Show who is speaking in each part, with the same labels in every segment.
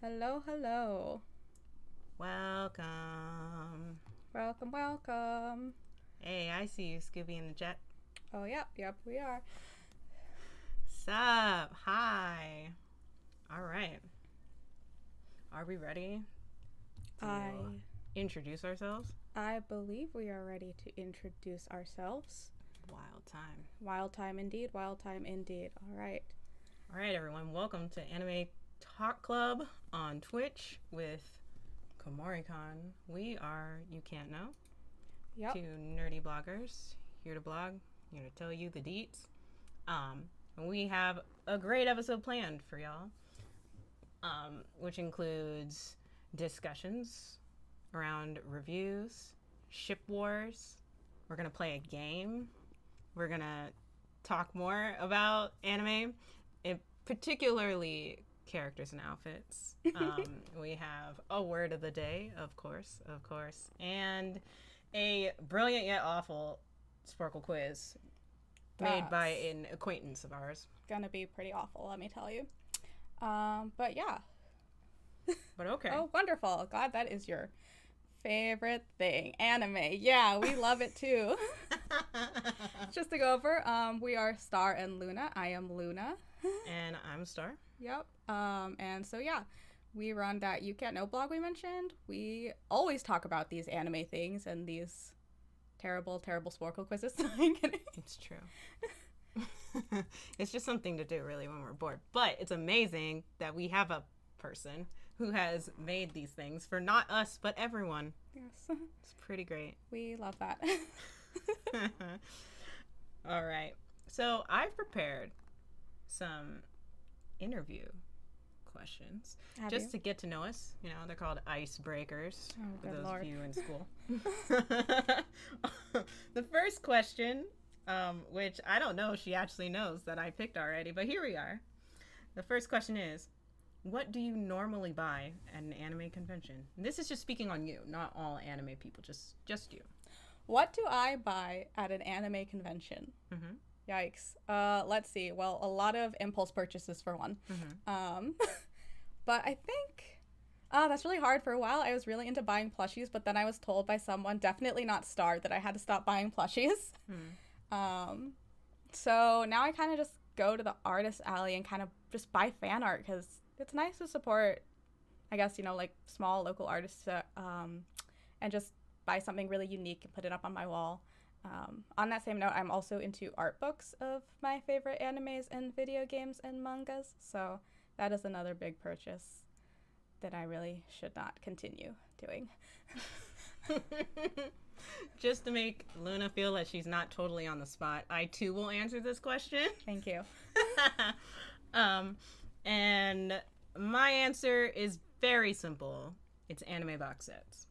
Speaker 1: Hello, hello.
Speaker 2: Welcome.
Speaker 1: Welcome, welcome.
Speaker 2: Hey, I see you, Scooby and the Jet.
Speaker 1: Oh, yep, yep, we are.
Speaker 2: Sup? Hi. All right. Are we ready to
Speaker 1: I
Speaker 2: introduce ourselves?
Speaker 1: I believe we are ready to introduce ourselves.
Speaker 2: Wild time.
Speaker 1: Wild time indeed, wild time indeed. All right.
Speaker 2: All right, everyone. Welcome to Anime Talk Club on Twitch with KomoriCon. We are You Can't Know.
Speaker 1: Yep.
Speaker 2: two nerdy bloggers here to blog, here to tell you the deets. Um, and we have a great episode planned for y'all, um, which includes discussions around reviews, ship wars. We're gonna play a game. We're gonna talk more about anime, and particularly characters and outfits. Um, we have a word of the day, of course, of course, and a brilliant yet awful sparkle quiz made by
Speaker 1: That's
Speaker 2: an acquaintance of ours.
Speaker 1: Gonna be pretty awful, let me tell you. Um, but yeah.
Speaker 2: But okay.
Speaker 1: Oh, wonderful. God, that is your favorite thing. Anime. Yeah, we love it too. Just to go over, um, we are Star and Luna. I am Luna.
Speaker 2: and I'm Star.
Speaker 1: Yep. Um, and so yeah, we run that you can't know blog we mentioned. We always talk about these anime things and these terrible, terrible Sporkle quizzes. I'm kidding.
Speaker 2: It's true. it's just something to do, really, when we're bored. But it's amazing that we have a person who has made these things for not us, but everyone.
Speaker 1: yes,
Speaker 2: It's pretty great.
Speaker 1: we love that.
Speaker 2: All right. So I've prepared some interview questions
Speaker 1: Have
Speaker 2: just
Speaker 1: you?
Speaker 2: to get to know us. You know, they're called icebreakers
Speaker 1: Oh,
Speaker 2: for
Speaker 1: good
Speaker 2: those
Speaker 1: lord.
Speaker 2: of you in school. the first question, um, which I don't know if she actually knows that I picked already, but here we are. The first question is what do you normally buy at an anime convention? And this is just speaking on you, not all anime people, just just you.
Speaker 1: what do I buy at an anime convention?
Speaker 2: Mhm.
Speaker 1: Yikes. Uh, let's see. Well, a lot of impulse purchases for one. Um, but I think. ah, that's really hard. For a while, I was really into buying plushies, but then I was told by someone, definitely not Star, that I had to stop buying plushies. Um, so now I kind of just go to the artist alley and kind of just buy fan art because it's nice to support, I guess, you know, like small local artists uh, um, and just buy something really unique and put it up on my wall. Um, on that same note, I'm also into art books of my favorite animes and video games and mangas. So that is another big purchase that I really should not continue doing.
Speaker 2: Just to make Luna feel that she's not totally on the spot, I too will answer this question.
Speaker 1: Thank you.
Speaker 2: um, and my answer is very simple it's anime box sets.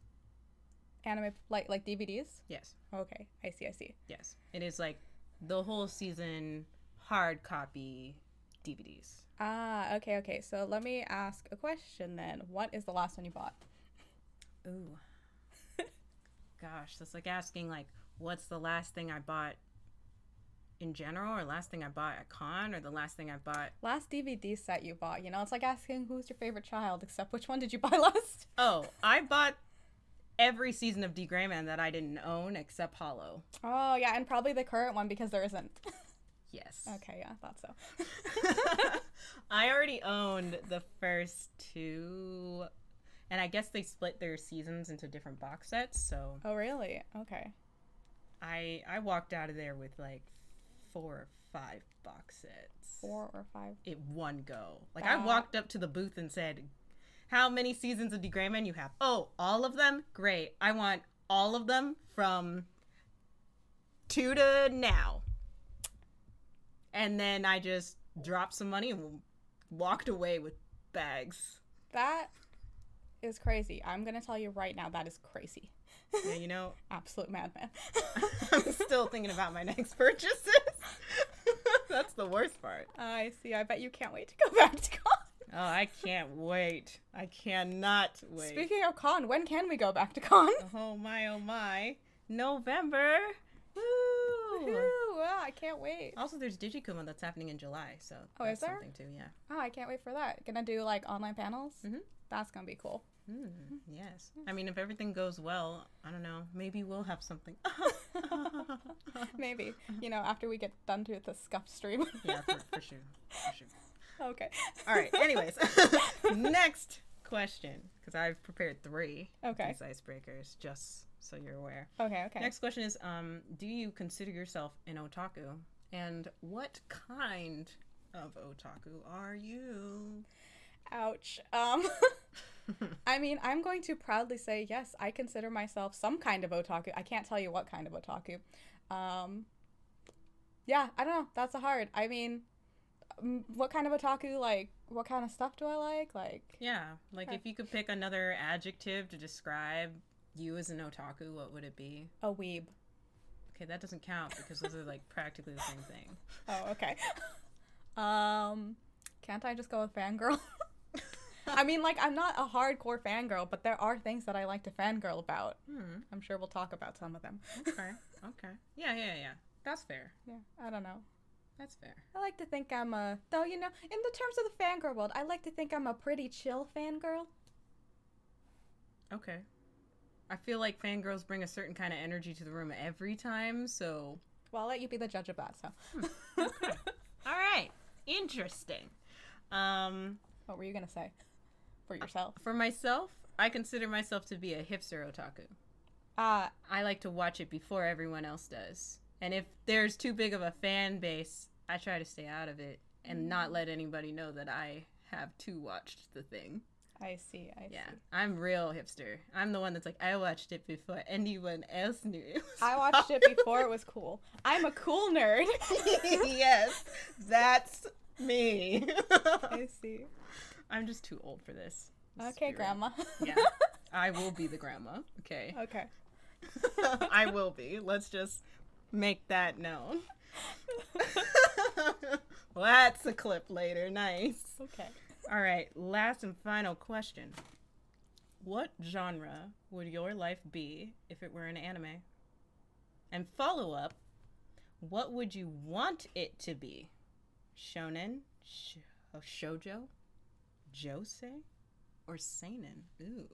Speaker 1: Anime, like like DVDs.
Speaker 2: Yes,
Speaker 1: Okay, I see, I see.
Speaker 2: yes. It is like the whole season hard copy DVDs.
Speaker 1: Ah, okay, okay. So let me ask a question then. What is the last one you bought?
Speaker 2: Ooh. Gosh, that's like asking like what's the last thing I bought in general or last thing I bought at con or the last thing I bought
Speaker 1: Last DVD set you bought. You know, it's like asking who's your favorite child, except which one did you buy last?
Speaker 2: Oh, I bought every season of D Grayman that I didn't own except Hollow.
Speaker 1: Oh, yeah, and probably the current one because there isn't.
Speaker 2: Yes.
Speaker 1: okay, yeah, I thought so.
Speaker 2: I already owned the first two and I guess they split their seasons into different box sets, so
Speaker 1: Oh, really? Okay.
Speaker 2: I I walked out of there with like four or five box sets.
Speaker 1: Four or five.
Speaker 2: It one go. Like I
Speaker 1: That-
Speaker 2: walked up to the booth and said, "How many seasons of D Grayman you have?" "Oh, all of them? Great. I want all of them from 2 to now." And then I just dropped some money and walked away with bags.
Speaker 1: That is crazy. I'm going to tell you right now, that is crazy.
Speaker 2: Yeah, you know,
Speaker 1: Absolute madman.
Speaker 2: I'm still thinking about my next purchases. That's the worst part.
Speaker 1: I see. I bet you can't wait to go back to con.
Speaker 2: Oh, I can't wait. I cannot wait.
Speaker 1: Speaking of con, when can we go back to con?
Speaker 2: Oh my, oh my. November. Woo!
Speaker 1: Ooh, wow, ah, I can't wait.
Speaker 2: Also, there's Digicuma that's happening in July, so
Speaker 1: Oh,
Speaker 2: that's
Speaker 1: is there?
Speaker 2: something too. Yeah,
Speaker 1: Oh, I can't wait for that. Gonna do like online panels.
Speaker 2: Mhm.
Speaker 1: That's gonna be cool.
Speaker 2: Mm, yes. I mean, if everything goes well, I don't know. Maybe we'll have something.
Speaker 1: Maybe you know after we get done with the scuff stream.
Speaker 2: yeah, for, for sure. For sure.
Speaker 1: okay.
Speaker 2: All right. Anyways, next question because I've prepared three. of
Speaker 1: Okay.
Speaker 2: These icebreakers, just so you're aware.
Speaker 1: Okay. Okay.
Speaker 2: Next question is: um, Do you consider yourself an otaku, and what kind of otaku are you?
Speaker 1: Ouch. Um, I mean, I'm going to proudly say yes. I consider myself some kind of otaku. I can't tell you what kind of otaku. Um, yeah, I don't know. That's a hard. I mean, m- what kind of otaku? Like, what kind of stuff do I like? Like,
Speaker 2: Yeah, like if you could pick another adjective to describe you as an otaku, what would it be?
Speaker 1: a weeb.
Speaker 2: Okay, that doesn't count because those are like practically the same thing.
Speaker 1: Oh, okay. um, can't I just go with fangirl? I mean, like, I'm not a hardcore fangirl, but there are things that I like to fangirl about.
Speaker 2: Hmm.
Speaker 1: I'm sure we'll talk about some of them.
Speaker 2: Okay. Okay. Yeah. Yeah. Yeah. That's fair.
Speaker 1: yeah, I don't know.
Speaker 2: That's fair.
Speaker 1: I like to think I'm a though you know in the terms of the fangirl world, I like to think I'm a pretty chill fangirl.
Speaker 2: Okay. I feel like fangirls bring a certain kind of energy to the room every time, so.
Speaker 1: Well, I'll let you be the judge of that. So,
Speaker 2: Hmm. All right. Interesting. Um,
Speaker 1: what were you gonna say for yourself?
Speaker 2: for myself, I consider myself to be a hipster otaku.
Speaker 1: Uh
Speaker 2: I like to watch it before everyone else does. And if there's too big of a fan base, I try to stay out of it and not let anybody know that I have too watched the thing.
Speaker 1: I see. I
Speaker 2: Yeah,
Speaker 1: see.
Speaker 2: I'm real hipster. I'm the one that's like, I watched it before anyone else knew it. was
Speaker 1: I watched it before it was cool. I'm a cool nerd.
Speaker 2: yes, that's me.
Speaker 1: I see.
Speaker 2: I'm just too old for this. Let's
Speaker 1: Okay,
Speaker 2: be real.
Speaker 1: grandma.
Speaker 2: Yeah, I will be the grandma. Okay,
Speaker 1: okay.
Speaker 2: I will be. Let's just make that known. well, that's a clip later. Nice.
Speaker 1: Okay.
Speaker 2: All right, last and final question. What genre would your life be if it were an anime? And follow up, what would you want it to be? Shonen, sh- oh, shoujo, jose, or seinen? Ooh.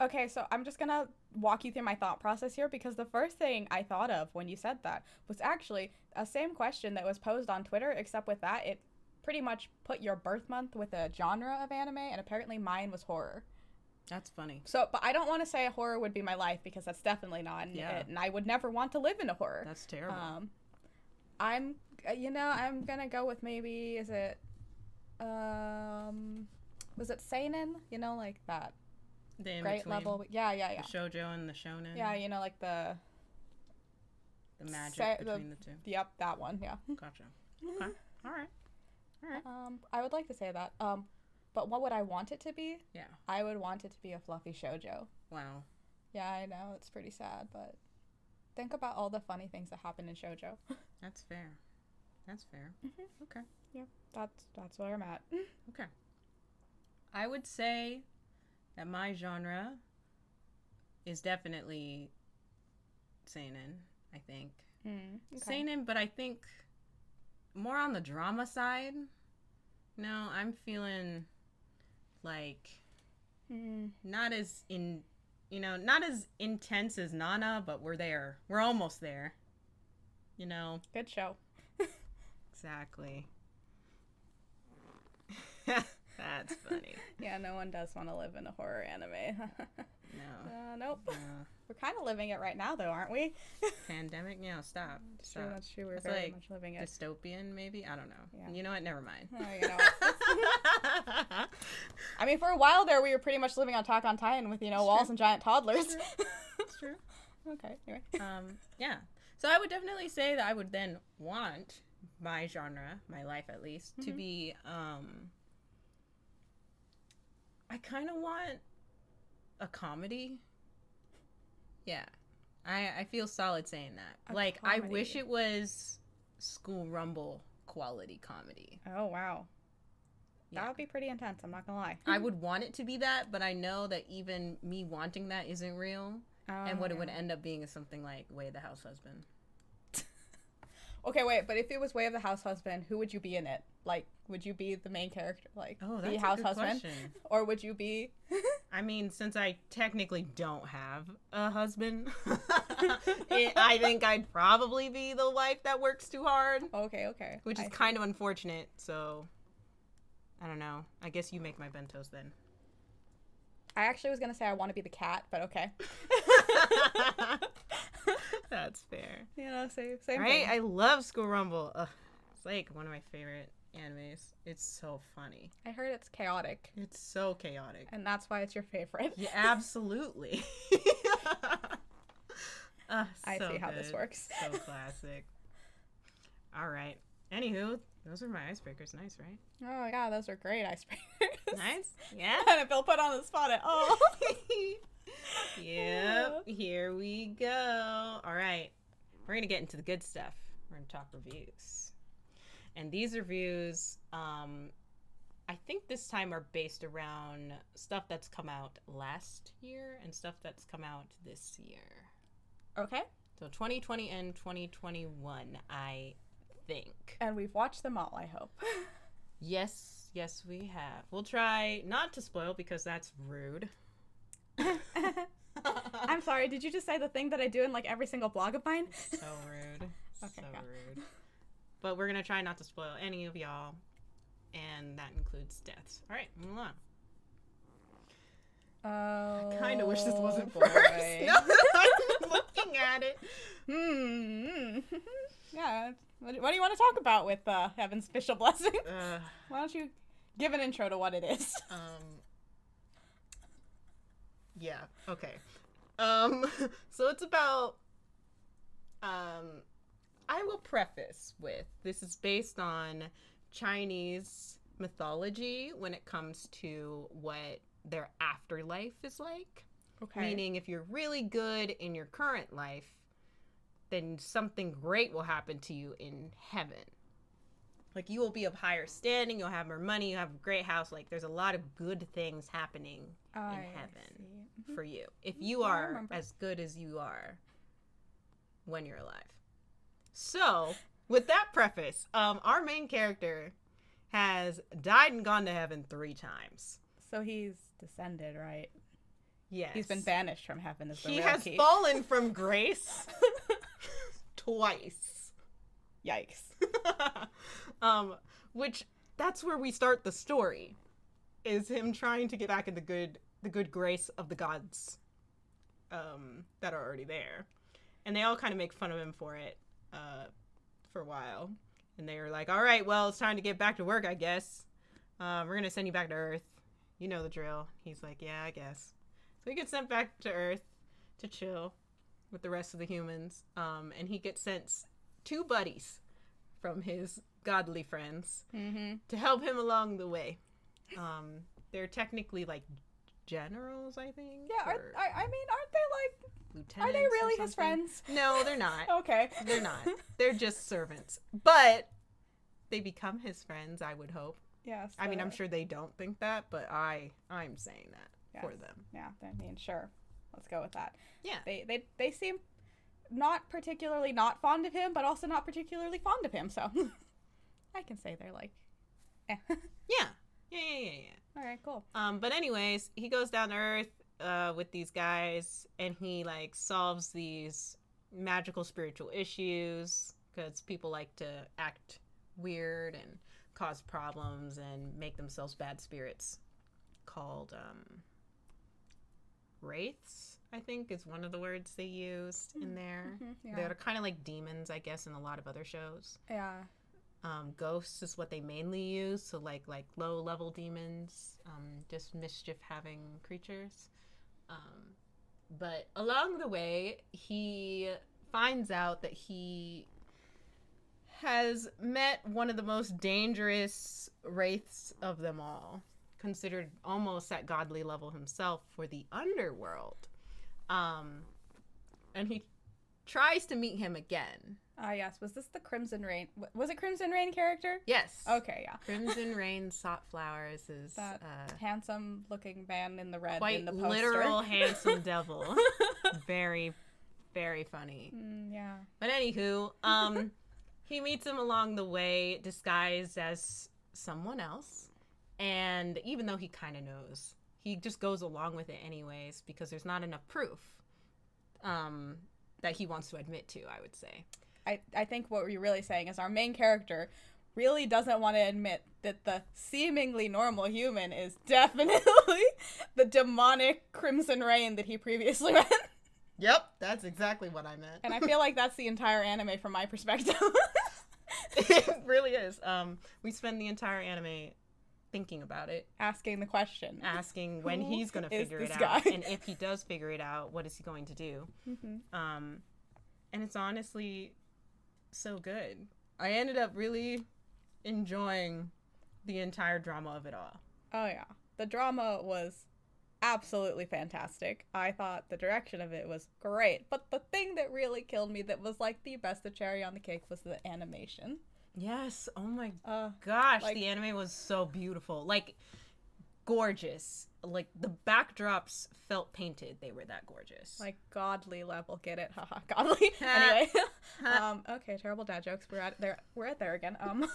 Speaker 1: Okay, so I'm just gonna walk you through my thought process here because the first thing I thought of when you said that was actually a same question that was posed on Twitter, except with that it pretty much put your birth month with a genre of anime, and apparently mine was horror.
Speaker 2: That's funny.
Speaker 1: So, but I don't want to say horror would be my life because that's definitely not, and,
Speaker 2: Yeah.
Speaker 1: and I would never want to live in a horror.
Speaker 2: That's terrible.
Speaker 1: Um, I'm, uh, you know, I'm gonna go with maybe is it, um, was it seinen? You know, like that
Speaker 2: the in
Speaker 1: great
Speaker 2: between,
Speaker 1: level. Yeah, yeah, yeah.
Speaker 2: The shoujo and the shonen.
Speaker 1: Yeah, you know, like the
Speaker 2: The magic
Speaker 1: se- the- Mm-hmm.
Speaker 2: between the, two.
Speaker 1: yep that one. Yeah.
Speaker 2: Gotcha. Okay. All right.
Speaker 1: Um, I would like to say that. Um, but what would I want it to be?
Speaker 2: Yeah.
Speaker 1: I would want it to be a fluffy shojo.
Speaker 2: Wow.
Speaker 1: Yeah, I know it's pretty sad, but think about all the funny things that happen in shojo.
Speaker 2: That's fair. That's fair. Okay.
Speaker 1: That's that's where I'm at.
Speaker 2: Okay. I would say that my genre is definitely seinen, I think.
Speaker 1: Mm,
Speaker 2: Seinen, but I think more on the drama side. No, I'm feeling like
Speaker 1: Mm,
Speaker 2: not as in you know, not as intense as Nana, but we're there. We're almost there. You know,
Speaker 1: good show.
Speaker 2: exactly. That's funny.
Speaker 1: Yeah, no one does want to live in a horror anime.
Speaker 2: No.
Speaker 1: uh, nope.
Speaker 2: no.
Speaker 1: We're kind of living it right now, though, aren't we?
Speaker 2: pandemic yeah stop
Speaker 1: That's true.
Speaker 2: stop
Speaker 1: That's true. We're
Speaker 2: It's
Speaker 1: very
Speaker 2: like
Speaker 1: much living it.
Speaker 2: dystopian maybe i don't know
Speaker 1: Yeah.
Speaker 2: you know what never mind
Speaker 1: Oh, you know, I mean, for a while there, we were pretty much living on Talk on Titan with you know
Speaker 2: It's
Speaker 1: walls
Speaker 2: true.
Speaker 1: and giant toddlers.
Speaker 2: it's true
Speaker 1: okay. Anyway.
Speaker 2: um yeah so i would definitely say that i would then want my genre my life at least to
Speaker 1: Mhm.
Speaker 2: be um i kind of want a comedy yeah i i feel solid saying that
Speaker 1: A
Speaker 2: like i wish
Speaker 1: comedy.
Speaker 2: it was school rumble quality comedy
Speaker 1: Oh wow.
Speaker 2: Yeah.
Speaker 1: That would be pretty intense. I'm not gonna lie.
Speaker 2: I would want it to be that, but I know that even me wanting that isn't
Speaker 1: Um,
Speaker 2: Oh, real. and what it would end up being is something like Way the House Husband.
Speaker 1: Okay, wait, but if it was Way of the House Husband, who would you be in it? Like, would you be the main character, like
Speaker 2: Oh, that's
Speaker 1: the
Speaker 2: a
Speaker 1: house
Speaker 2: good
Speaker 1: husband,
Speaker 2: question.
Speaker 1: or would you be?
Speaker 2: I mean, since I technically don't have a husband, it, I think I'd probably be the wife that works too hard,
Speaker 1: okay, okay,
Speaker 2: which is
Speaker 1: I-
Speaker 2: kind of unfortunate. So, I don't know. I guess you make my bentos then.
Speaker 1: I actually was gonna say I want to be the cat, but okay.
Speaker 2: That's fair.
Speaker 1: You know, same, same
Speaker 2: Right?
Speaker 1: thing.
Speaker 2: I love School Rumble. Ugh, it's like one of my favorite animes. It's so funny.
Speaker 1: I heard it's chaotic,
Speaker 2: It's so chaotic.
Speaker 1: and that's why it's your favorite.
Speaker 2: Yeah, absolutely. Ugh,
Speaker 1: I
Speaker 2: so
Speaker 1: see how this
Speaker 2: good.
Speaker 1: works.
Speaker 2: So classic. All right. Anywho, those are my icebreakers. Nice, right?
Speaker 1: Oh yeah, those are great icebreakers.
Speaker 2: Nice. Yeah.
Speaker 1: and I feel put on the spot at all.
Speaker 2: yep. Here we go. All right. We're going to get into the good stuff. We're going to talk reviews. And these reviews, um, I think this time are based around stuff that's come out last year and stuff that's come out this year.
Speaker 1: okay,
Speaker 2: So 2020 and 2021, I think.
Speaker 1: and we've watched them all. I hope.
Speaker 2: Yes, yes, we have. We'll try not to spoil because that's rude.
Speaker 1: I'm sorry. Did you just say the thing that I do in like every single blog of mine?
Speaker 2: so rude.
Speaker 1: Okay,
Speaker 2: so
Speaker 1: yeah.
Speaker 2: rude. But we're gonna try not to spoil any of y'all, and that includes deaths. All right, move on.
Speaker 1: Oh,
Speaker 2: Kinda wish this wasn't first.
Speaker 1: boy.
Speaker 2: Oh, No, I'm looking at it.
Speaker 1: Hmm. yeah. What, what do you want to talk about with uh, Heaven's Special Blessing?
Speaker 2: Uh,
Speaker 1: Why don't you give an intro to what it is?
Speaker 2: Um. Yeah. Okay. Um. So it's about. Um, I will preface with this is based on Chinese mythology when it comes to what their afterlife is like.
Speaker 1: Okay.
Speaker 2: Meaning, if you're really good in your current life, then something great will happen to you in heaven. Like, you will be of higher standing, you'll have more money, you have a great house. Like, there's a lot of good things happening
Speaker 1: I
Speaker 2: heaven.
Speaker 1: see.
Speaker 2: for you if you
Speaker 1: Mm-hmm. I
Speaker 2: are
Speaker 1: remember.
Speaker 2: as good as you are when you're alive. So, with that preface, um, our main character has died and gone to heaven three times.
Speaker 1: So he's descended, right?
Speaker 2: Yes.
Speaker 1: He's been banished from heaven. Is the
Speaker 2: He
Speaker 1: real
Speaker 2: has
Speaker 1: key.
Speaker 2: fallen from grace twice.
Speaker 1: Yikes.
Speaker 2: um, which that's where we start the story, is him trying to get back in the good the good grace of the gods, um, that are already there, and they all kind of make fun of him for it, uh, for a while, and they were like, "All right, well, it's time to get back to work, I guess. Um, we're gonna send you back to Earth. You know the drill." He's like, "Yeah, I guess." So he gets sent back to Earth to chill with the rest of the humans, um, and he gets sent two buddies from his godly friends
Speaker 1: Mm-hmm.
Speaker 2: to help him along the way. Um, they're technically like generals, I think.
Speaker 1: Yeah. Are,
Speaker 2: or
Speaker 1: I, I mean, aren't they like?
Speaker 2: lieutenants
Speaker 1: Are they
Speaker 2: or
Speaker 1: really his
Speaker 2: something.
Speaker 1: friends? Oh.
Speaker 2: No, they're not.
Speaker 1: Okay.
Speaker 2: They're not. They're just servants. But they become his friends, I would hope.
Speaker 1: yes.
Speaker 2: I mean, I'm
Speaker 1: the-
Speaker 2: sure they don't think that, but I I'm saying that for
Speaker 1: Yes.
Speaker 2: them.
Speaker 1: Yeah. I mean, sure. Let's go with that.
Speaker 2: Yeah.
Speaker 1: They they they seem not particularly not fond of him, but also not particularly fond of him. So I can say they're like, eh.
Speaker 2: Yeah. Yeah, yeah, yeah, yeah.
Speaker 1: all right, cool.
Speaker 2: Um, but anyways, he goes down to Earth uh, with these guys, and he like solves these magical spiritual issues because people like to act weird and cause problems and make themselves bad spirits, called um, wraiths. I think is one of the words they used in there.
Speaker 1: Mhm, yeah.
Speaker 2: Mm-hmm. They're kind of like demons, I guess, in a lot of other shows.
Speaker 1: Yeah.
Speaker 2: Um, ghosts is what they mainly use, so like like low level demons, um, just mischief having creatures. Um, but along the way, he finds out that he has met one of the most dangerous wraiths of them all, considered almost at godly level himself for the underworld. Um, and he tries to meet him again.
Speaker 1: Ah, yes. Was this the Crimson Rain? w- Was it Crimson Rain character?
Speaker 2: Yes.
Speaker 1: Okay, yeah.
Speaker 2: Crimson Rain Sought Flowers is
Speaker 1: That
Speaker 2: uh,
Speaker 1: handsome looking man in the red in
Speaker 2: quite
Speaker 1: the poster.
Speaker 2: literal handsome devil. very, very funny.
Speaker 1: Mm, yeah.
Speaker 2: But anywho, um, He meets him along the way, disguised as someone else. And even though he kind of knows, he just goes along with it anyways because there's not enough proof um, that he wants to admit to, I would say.
Speaker 1: I, I think what we're really saying is our main character really doesn't want to admit that the seemingly normal human is definitely the demonic Crimson Rain that he previously met.
Speaker 2: Yep, that's exactly what I meant.
Speaker 1: And I feel like that's the entire anime from my perspective.
Speaker 2: it really is. Um, we spend the entire anime thinking about it,
Speaker 1: Asking the question.
Speaker 2: asking when
Speaker 1: Who
Speaker 2: he's going to
Speaker 1: is
Speaker 2: figure it
Speaker 1: this
Speaker 2: out,
Speaker 1: guy?
Speaker 2: and if he does figure it out, what is he going to do?
Speaker 1: Mhm.
Speaker 2: Um, and it's honestly so good. I ended up really enjoying the entire drama of it all.
Speaker 1: Oh yeah. The drama was absolutely fantastic. I thought the direction of it was great. But the thing that really killed me that was like the best the cherry on the cake was the animation.
Speaker 2: Yes. Oh my
Speaker 1: Uh
Speaker 2: gosh,
Speaker 1: Like-
Speaker 2: the anime was so beautiful. Like gorgeous. Like the backdrops felt painted. They were that gorgeous.
Speaker 1: like godly level. Get it? Haha. Godly. anyway. um okay, terrible dad jokes. We're at there we're at there again. Um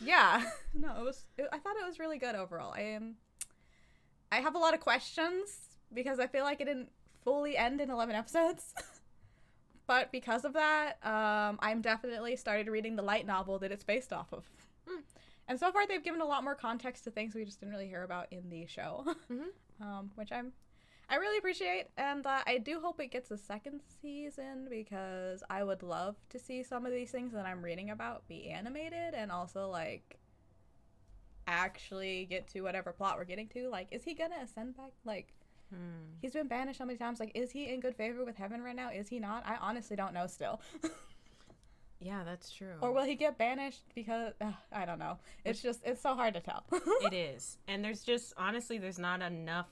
Speaker 1: Yeah. No, it was it, I thought it was really good overall. I am I have a lot of questions because I feel like it didn't fully end in 11 episodes. but because of that, um, I'm definitely started reading the light novel that it's based off of.
Speaker 2: Hmm.
Speaker 1: And so far, they've given a lot more context to things we just didn't really hear about in the show,
Speaker 2: Mhm.
Speaker 1: um, which I'm I really appreciate, and uh, I do hope it gets a second season because I would love to see some of these things that I'm reading about be animated and also like actually get to whatever plot we're getting to. Like, is he gonna ascend back? Like,
Speaker 2: Hmm.
Speaker 1: he's been banished so many times. Like, is he in good favor with heaven right now? Is he not? I honestly don't know still.
Speaker 2: Yeah, that's true.
Speaker 1: or will he get banished because ugh, I don't know. It's just it's so hard to tell.
Speaker 2: it is. And there's just honestly there's not enough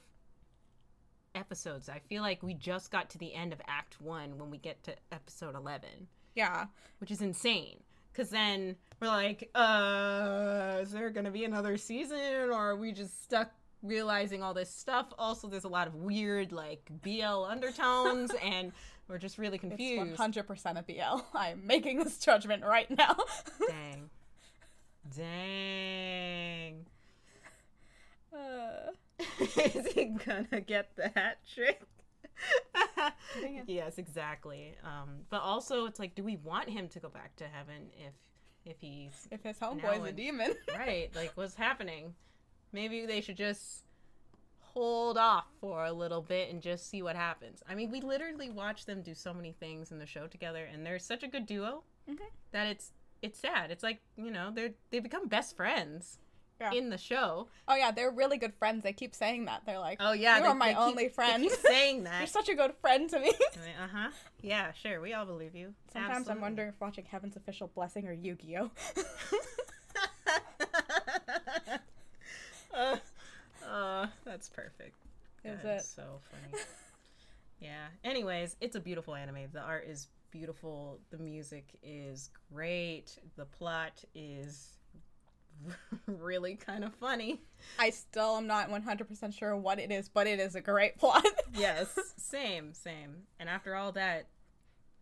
Speaker 2: episodes. I feel like we just got to the end of act 1 when we get to episode 11.
Speaker 1: yeah.
Speaker 2: which is insane. Because then we're like, uh, is there going to be another season? Or are we just stuck realizing all this stuff? Also, there's a lot of weird, like, BL undertones, and we're just really
Speaker 1: It's
Speaker 2: confused.
Speaker 1: 100% a BL. I'm making this judgment right now.
Speaker 2: Dang. Dang.
Speaker 1: uh,
Speaker 2: is he going to get the hat trick?
Speaker 1: Dang it.
Speaker 2: yes, exactly. Um, but also, it's like, do we want him to go back to heaven if if he's
Speaker 1: if his
Speaker 2: Now
Speaker 1: homeboy's a
Speaker 2: and-
Speaker 1: demon.
Speaker 2: right like what's happening maybe they should just hold off for a little bit and just see what happens i mean we literally watch them do so many things in the show together and they're such a good duo
Speaker 1: Mhm.
Speaker 2: that it's it's sad it's like you know they're they become best friends
Speaker 1: Yeah.
Speaker 2: in the show
Speaker 1: Oh yeah, they're really good friends. They keep saying that. They're like,
Speaker 2: oh yeah
Speaker 1: You are my
Speaker 2: keep-
Speaker 1: only
Speaker 2: they keep
Speaker 1: friend.
Speaker 2: saying
Speaker 1: you're
Speaker 2: that
Speaker 1: such a good friend to me.
Speaker 2: I mean, uh-huh yeah sure we all believe you
Speaker 1: Sometimes I'm
Speaker 2: Absolutely.
Speaker 1: wondering if watching Heaven's Official Blessing or Yu-Gi-Oh.
Speaker 2: uh, uh, that's perfect.
Speaker 1: Is
Speaker 2: That
Speaker 1: it?
Speaker 2: so funny? yeah. Anyways, it's a beautiful anime. The art is beautiful. The music is great. The plot is really kind of funny.
Speaker 1: I still am not 100% sure what it is, but it is a great plot.
Speaker 2: Yes. same, same. And after all that,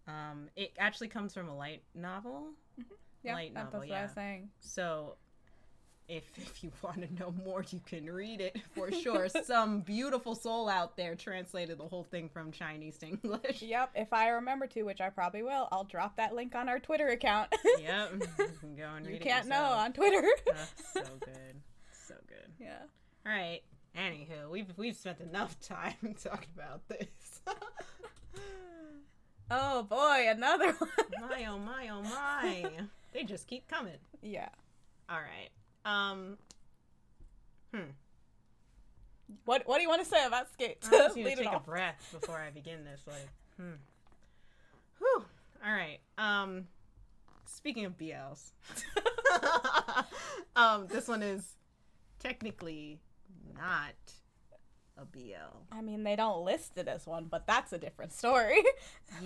Speaker 2: um, it actually comes from a light novel.
Speaker 1: yeah,
Speaker 2: Light
Speaker 1: that-
Speaker 2: novel,
Speaker 1: that's what I was
Speaker 2: yeah.
Speaker 1: saying.
Speaker 2: So if if you want to know more, you can read it for sure. Some beautiful soul out there translated the whole thing from Chinese to English.
Speaker 1: Yep, if I remember to, which I probably will, I'll drop that link on our Twitter account.
Speaker 2: yep. You can go Uh. and read
Speaker 1: you
Speaker 2: it
Speaker 1: can't know
Speaker 2: yourself.
Speaker 1: on Twitter.
Speaker 2: That's so good. So good.
Speaker 1: yeah.
Speaker 2: All right. Anywho, we've we've spent enough time talking about this.
Speaker 1: Oh boy, another one.
Speaker 2: my oh my oh my. They just keep coming.
Speaker 1: yeah.
Speaker 2: All right. Um hmm.
Speaker 1: What What do you want to say about Skate?
Speaker 2: I just need to
Speaker 1: Lead it
Speaker 2: take a
Speaker 1: off.
Speaker 2: breath before I begin this. Like, hmm. Whew. All right. Um, speaking of BLs, um, this one is technically not a BL.
Speaker 1: I mean, they don't list it as one, but that's a different story.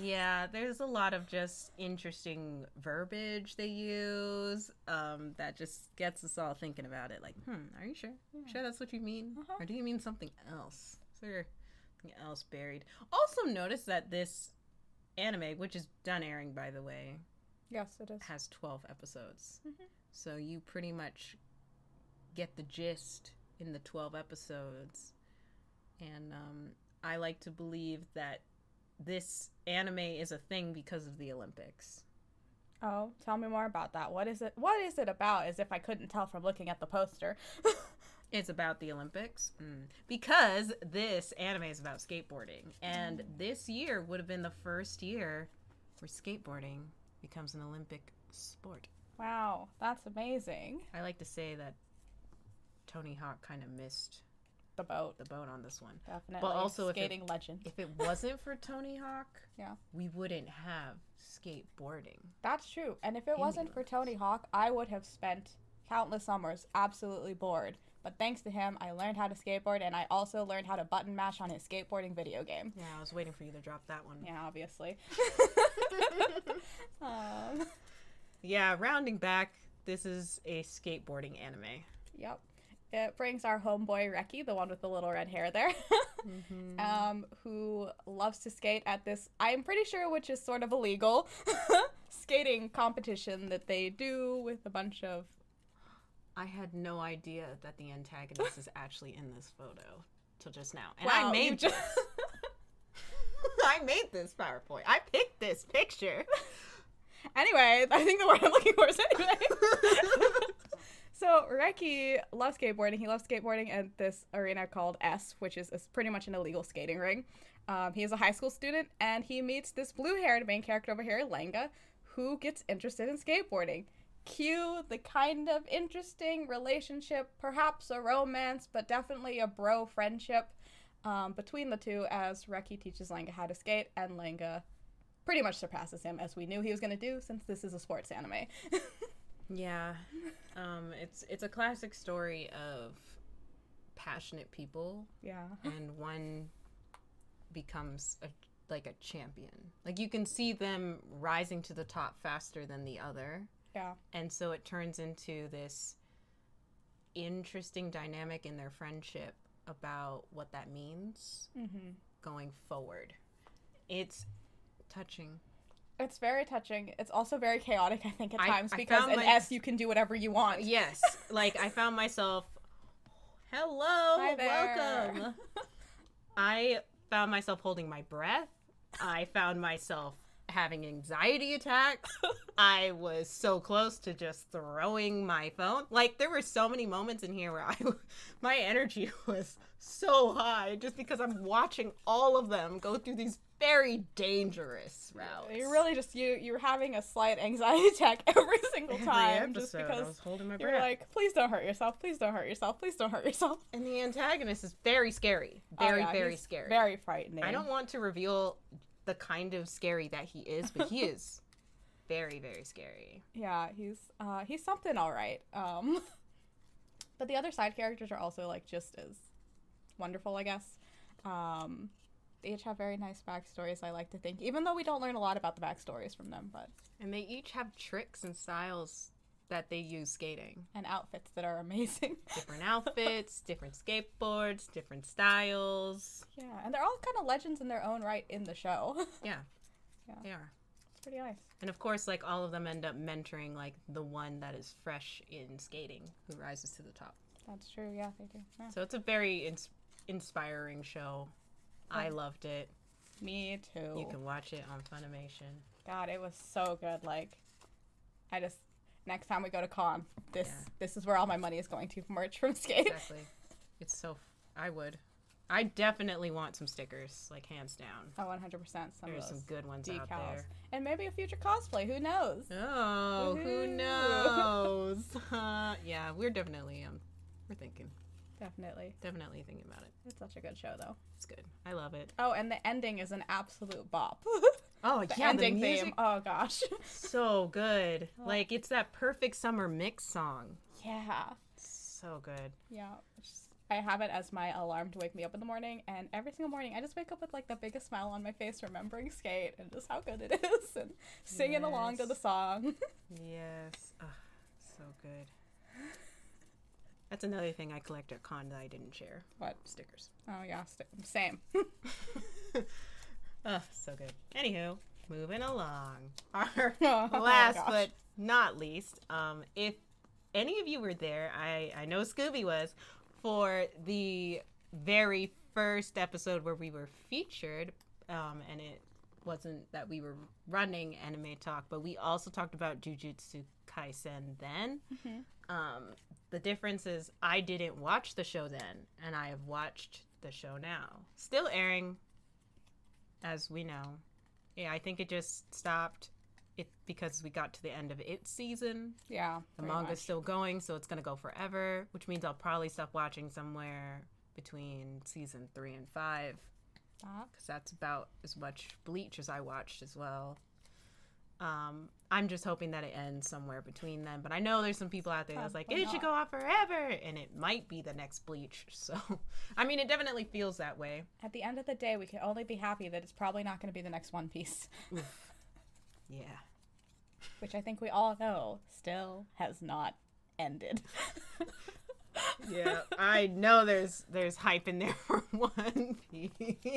Speaker 2: Yeah, there's a lot of just interesting verbiage they use um, that just gets us all thinking about it. Like, hmm, are you sure? Sure, that's what you mean,
Speaker 1: Uh-huh.
Speaker 2: or do you mean something else? Is there something else buried? Also, notice that this anime, which is done airing, by the way,
Speaker 1: Yes, it is.
Speaker 2: has 12 episodes.
Speaker 1: Mhm.
Speaker 2: So you pretty much get the gist in the 12 episodes. And um, I like to believe that this anime is a thing because of the Olympics.
Speaker 1: Oh, tell me more about that. What is it? What is it about? As if I couldn't tell from looking at the poster.
Speaker 2: It's about the Olympics mm. because this anime is about skateboarding, and this year would have been the first year where skateboarding becomes an Olympic sport.
Speaker 1: wow, that's amazing.
Speaker 2: I like to say that Tony Hawk kind of missed
Speaker 1: The boat,
Speaker 2: the boat on this one.
Speaker 1: definitely.
Speaker 2: also if it-
Speaker 1: skating legend.
Speaker 2: If it wasn't for Tony Hawk,
Speaker 1: Yeah.
Speaker 2: we wouldn't have skateboarding.
Speaker 1: That's true. And if it wasn't for Tony Hawk, I would have spent countless summers absolutely bored. But thanks to him, I learned how to skateboard, and I also learned how to button mash on his skateboarding video game.
Speaker 2: Yeah, I was waiting for you to drop that one.
Speaker 1: Yeah, obviously. um,
Speaker 2: Yeah, rounding back, this is a skateboarding anime.
Speaker 1: yep. It brings our homeboy Reki, the one with the little red hair there,
Speaker 2: Mm-hmm.
Speaker 1: um, who loves to skate at this, I'm pretty sure, which is sort of illegal, skating competition that they do with a bunch of.
Speaker 2: I had no idea that the antagonist is actually in this photo till just now. And
Speaker 1: Wow,
Speaker 2: I
Speaker 1: you
Speaker 2: made
Speaker 1: ju-
Speaker 2: this. I made this PowerPoint. I picked this picture.
Speaker 1: Anyway, I think the word I'm looking for is anyway. so Reki loves skateboarding. He loves skateboarding at this arena called S, which is, is pretty much an illegal skating ring. Um, he is a high school student, and he meets this blue-haired main character over here, Langa, who gets interested in skateboarding. Cue the kind of interesting relationship, perhaps a romance, but definitely a bro friendship um, between the two as Reki teaches Langa how to skate, and Langa pretty much surpasses him as we knew he was going to do since this is a sports anime.
Speaker 2: Yeah. Um, it's it's a classic story of passionate people
Speaker 1: yeah.
Speaker 2: and one becomes a, like a champion. Like you can see them rising to the top faster than the other.
Speaker 1: Yeah.
Speaker 2: And so it turns into this interesting dynamic in their friendship about what that means
Speaker 1: hmm
Speaker 2: going forward. It's touching.
Speaker 1: It's very touching. It's also very chaotic, I think, at
Speaker 2: I-
Speaker 1: times
Speaker 2: I
Speaker 1: because
Speaker 2: found
Speaker 1: in
Speaker 2: my-
Speaker 1: S you can do whatever you want.
Speaker 2: Yes, like I found myself. Hello,
Speaker 1: Hi there.
Speaker 2: welcome. I found myself holding my breath. I found myself having anxiety attacks. I was so close to just throwing my phone. Like there were so many moments in here where I my energy was so high just because I'm watching all of them go through these very dangerous routes.
Speaker 1: You're really just you. You're having a slight anxiety attack every single
Speaker 2: Every
Speaker 1: time,
Speaker 2: episode,
Speaker 1: just because
Speaker 2: I was holding my
Speaker 1: you're
Speaker 2: breath.
Speaker 1: like, please don't hurt yourself. Please don't hurt yourself. Please don't hurt yourself.
Speaker 2: And the antagonist is very scary.
Speaker 1: Oh,
Speaker 2: Very,
Speaker 1: yeah,
Speaker 2: very
Speaker 1: he's
Speaker 2: scary.
Speaker 1: Very frightening.
Speaker 2: I don't want to reveal the kind of scary that he is, but he is very, very scary.
Speaker 1: Yeah, he's uh, he's something all right. Um, but the other side characters are also like just as wonderful, I guess. Um, they each have very nice backstories. I like to think, even though we don't learn a lot about the backstories from them, but
Speaker 2: And they each have tricks and styles that they use skating
Speaker 1: and outfits that are amazing.
Speaker 2: different outfits, different skateboards, different styles.
Speaker 1: yeah, and they're all kind of legends in their own right in the show.
Speaker 2: Yeah,
Speaker 1: Yeah.
Speaker 2: they are.
Speaker 1: it's pretty nice.
Speaker 2: And of course, like all of them end up mentoring like the one that is fresh in skating who rises to the top.
Speaker 1: That's true. Yeah, they do. Yeah.
Speaker 2: So it's a very ins- inspiring show. I loved it.
Speaker 1: Me too.
Speaker 2: You can watch it on Funimation.
Speaker 1: God, it was so good. Like, I just next time we go to con, this
Speaker 2: Yeah.
Speaker 1: this is where all my money is going to merch from skate.
Speaker 2: Exactly. it's so. F- I would. I definitely want some stickers, like hands down.
Speaker 1: Oh, 100% some
Speaker 2: There's
Speaker 1: of those
Speaker 2: some good ones out
Speaker 1: decals.
Speaker 2: there.
Speaker 1: And maybe a future cosplay, who knows?
Speaker 2: Oh, who
Speaker 1: Woohoo.
Speaker 2: knows? Uh, yeah, we're definitely um, we're thinking,
Speaker 1: Definitely.
Speaker 2: definitely thinking about it.
Speaker 1: It's such a good show though.
Speaker 2: It's good. I love it.
Speaker 1: Oh, and the ending is an absolute bop.
Speaker 2: Oh
Speaker 1: the
Speaker 2: yeah,
Speaker 1: ending
Speaker 2: the music
Speaker 1: theme. Oh gosh.
Speaker 2: so good. Like it's that perfect summer mix song.
Speaker 1: yeah.
Speaker 2: So good.
Speaker 1: Yeah. it's just- I have it as my alarm to wake me up in the morning and every single morning I just wake up with like the biggest smile on my face remembering skate and just how good it is and singing along to
Speaker 2: Yes.
Speaker 1: the song.
Speaker 2: Yes. Ugh, so good. That's another thing I collect at con that I didn't share.
Speaker 1: What?
Speaker 2: Stickers.
Speaker 1: Oh yeah, st- same.
Speaker 2: Ugh, so Ah, good. Anywho, Moving along. Our
Speaker 1: Oh my
Speaker 2: last
Speaker 1: gosh.
Speaker 2: but not least, um, if any of you were there, I, I know Scooby was, for the very first episode where we were featured, um, and it wasn't that we were running anime talk, but we also talked about Jujutsu Kaisen then.
Speaker 1: Mm-hmm.
Speaker 2: Um, the difference is I didn't watch the show then, and I have watched the show now. Still airing, as we know. Yeah, I think it just stopped it because we got to the end of its season.
Speaker 1: Yeah.
Speaker 2: The
Speaker 1: pretty
Speaker 2: manga's
Speaker 1: much.
Speaker 2: still going, so it's gonna go forever, which means I'll probably stop watching somewhere between season three and five
Speaker 1: Stop.
Speaker 2: because that's about as much Bleach as I watched as well. Um, I'm just hoping that it ends somewhere between them, but I know there's some people out there that's like,
Speaker 1: Probably
Speaker 2: it should go on forever, and it might be the next Bleach. So, I mean, it definitely feels that way.
Speaker 1: At the end of the day, we can only be happy that it's probably not going to be the next One Piece,
Speaker 2: Yeah,
Speaker 1: which I think we all know still has not ended.
Speaker 2: yeah, I know there's there's hype in there for One Piece.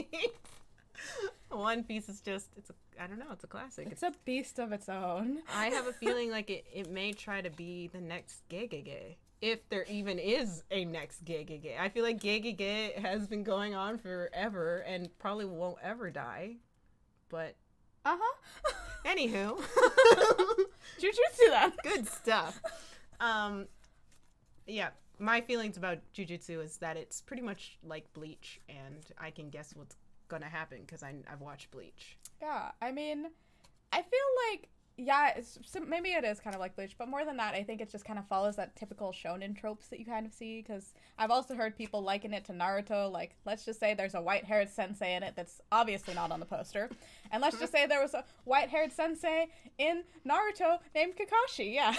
Speaker 2: One Piece is just it's a, I don't know, it's a classic. It's,
Speaker 1: It's a beast of its own.
Speaker 2: I have a feeling like it, it may try to be the next Gigigay. If there even is a next Gigigay. I feel like Gigigay has been going on forever and probably won't ever die. But
Speaker 1: Uh huh.
Speaker 2: anywho,
Speaker 1: Jujutsu then.
Speaker 2: good stuff. Um yeah, my feelings about Jujutsu is that it's pretty much like Bleach and I can guess what's going to happen cuz I I've watched Bleach.
Speaker 1: Yeah, I mean, I feel like yeah, it's, so maybe it is kind of like Bleach, but more than that, I think it just kind of follows that typical shonen tropes that you kind of see. Because I've also heard people liken it to Naruto. Like, let's just say there's a white-haired sensei in it that's obviously not on the poster, and let's just say there was a white-haired sensei in Naruto named Kakashi. Yeah,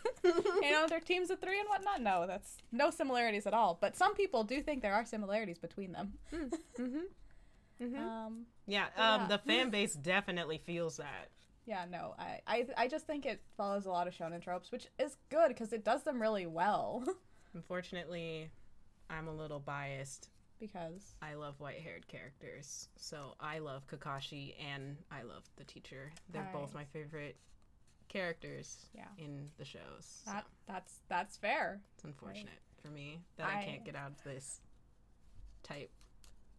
Speaker 1: you know, they're teams of three and whatnot. No, that's no similarities at all. But some people do think there are similarities between them. Um,
Speaker 2: Yeah, um
Speaker 1: Yeah.
Speaker 2: the fan base definitely feels that.
Speaker 1: Yeah, no, I, I, I just think it follows a lot of shonen tropes, which is good because it does them really well.
Speaker 2: Unfortunately, I'm a little biased.
Speaker 1: because
Speaker 2: I love white haired characters. So I love Kakashi and I love the teacher. They're both my
Speaker 1: Nice.
Speaker 2: favorite characters
Speaker 1: Yeah.
Speaker 2: in the shows. So
Speaker 1: that that's that's fair.
Speaker 2: it's unfortunate for me that I,
Speaker 1: I-
Speaker 2: can't get out of this type.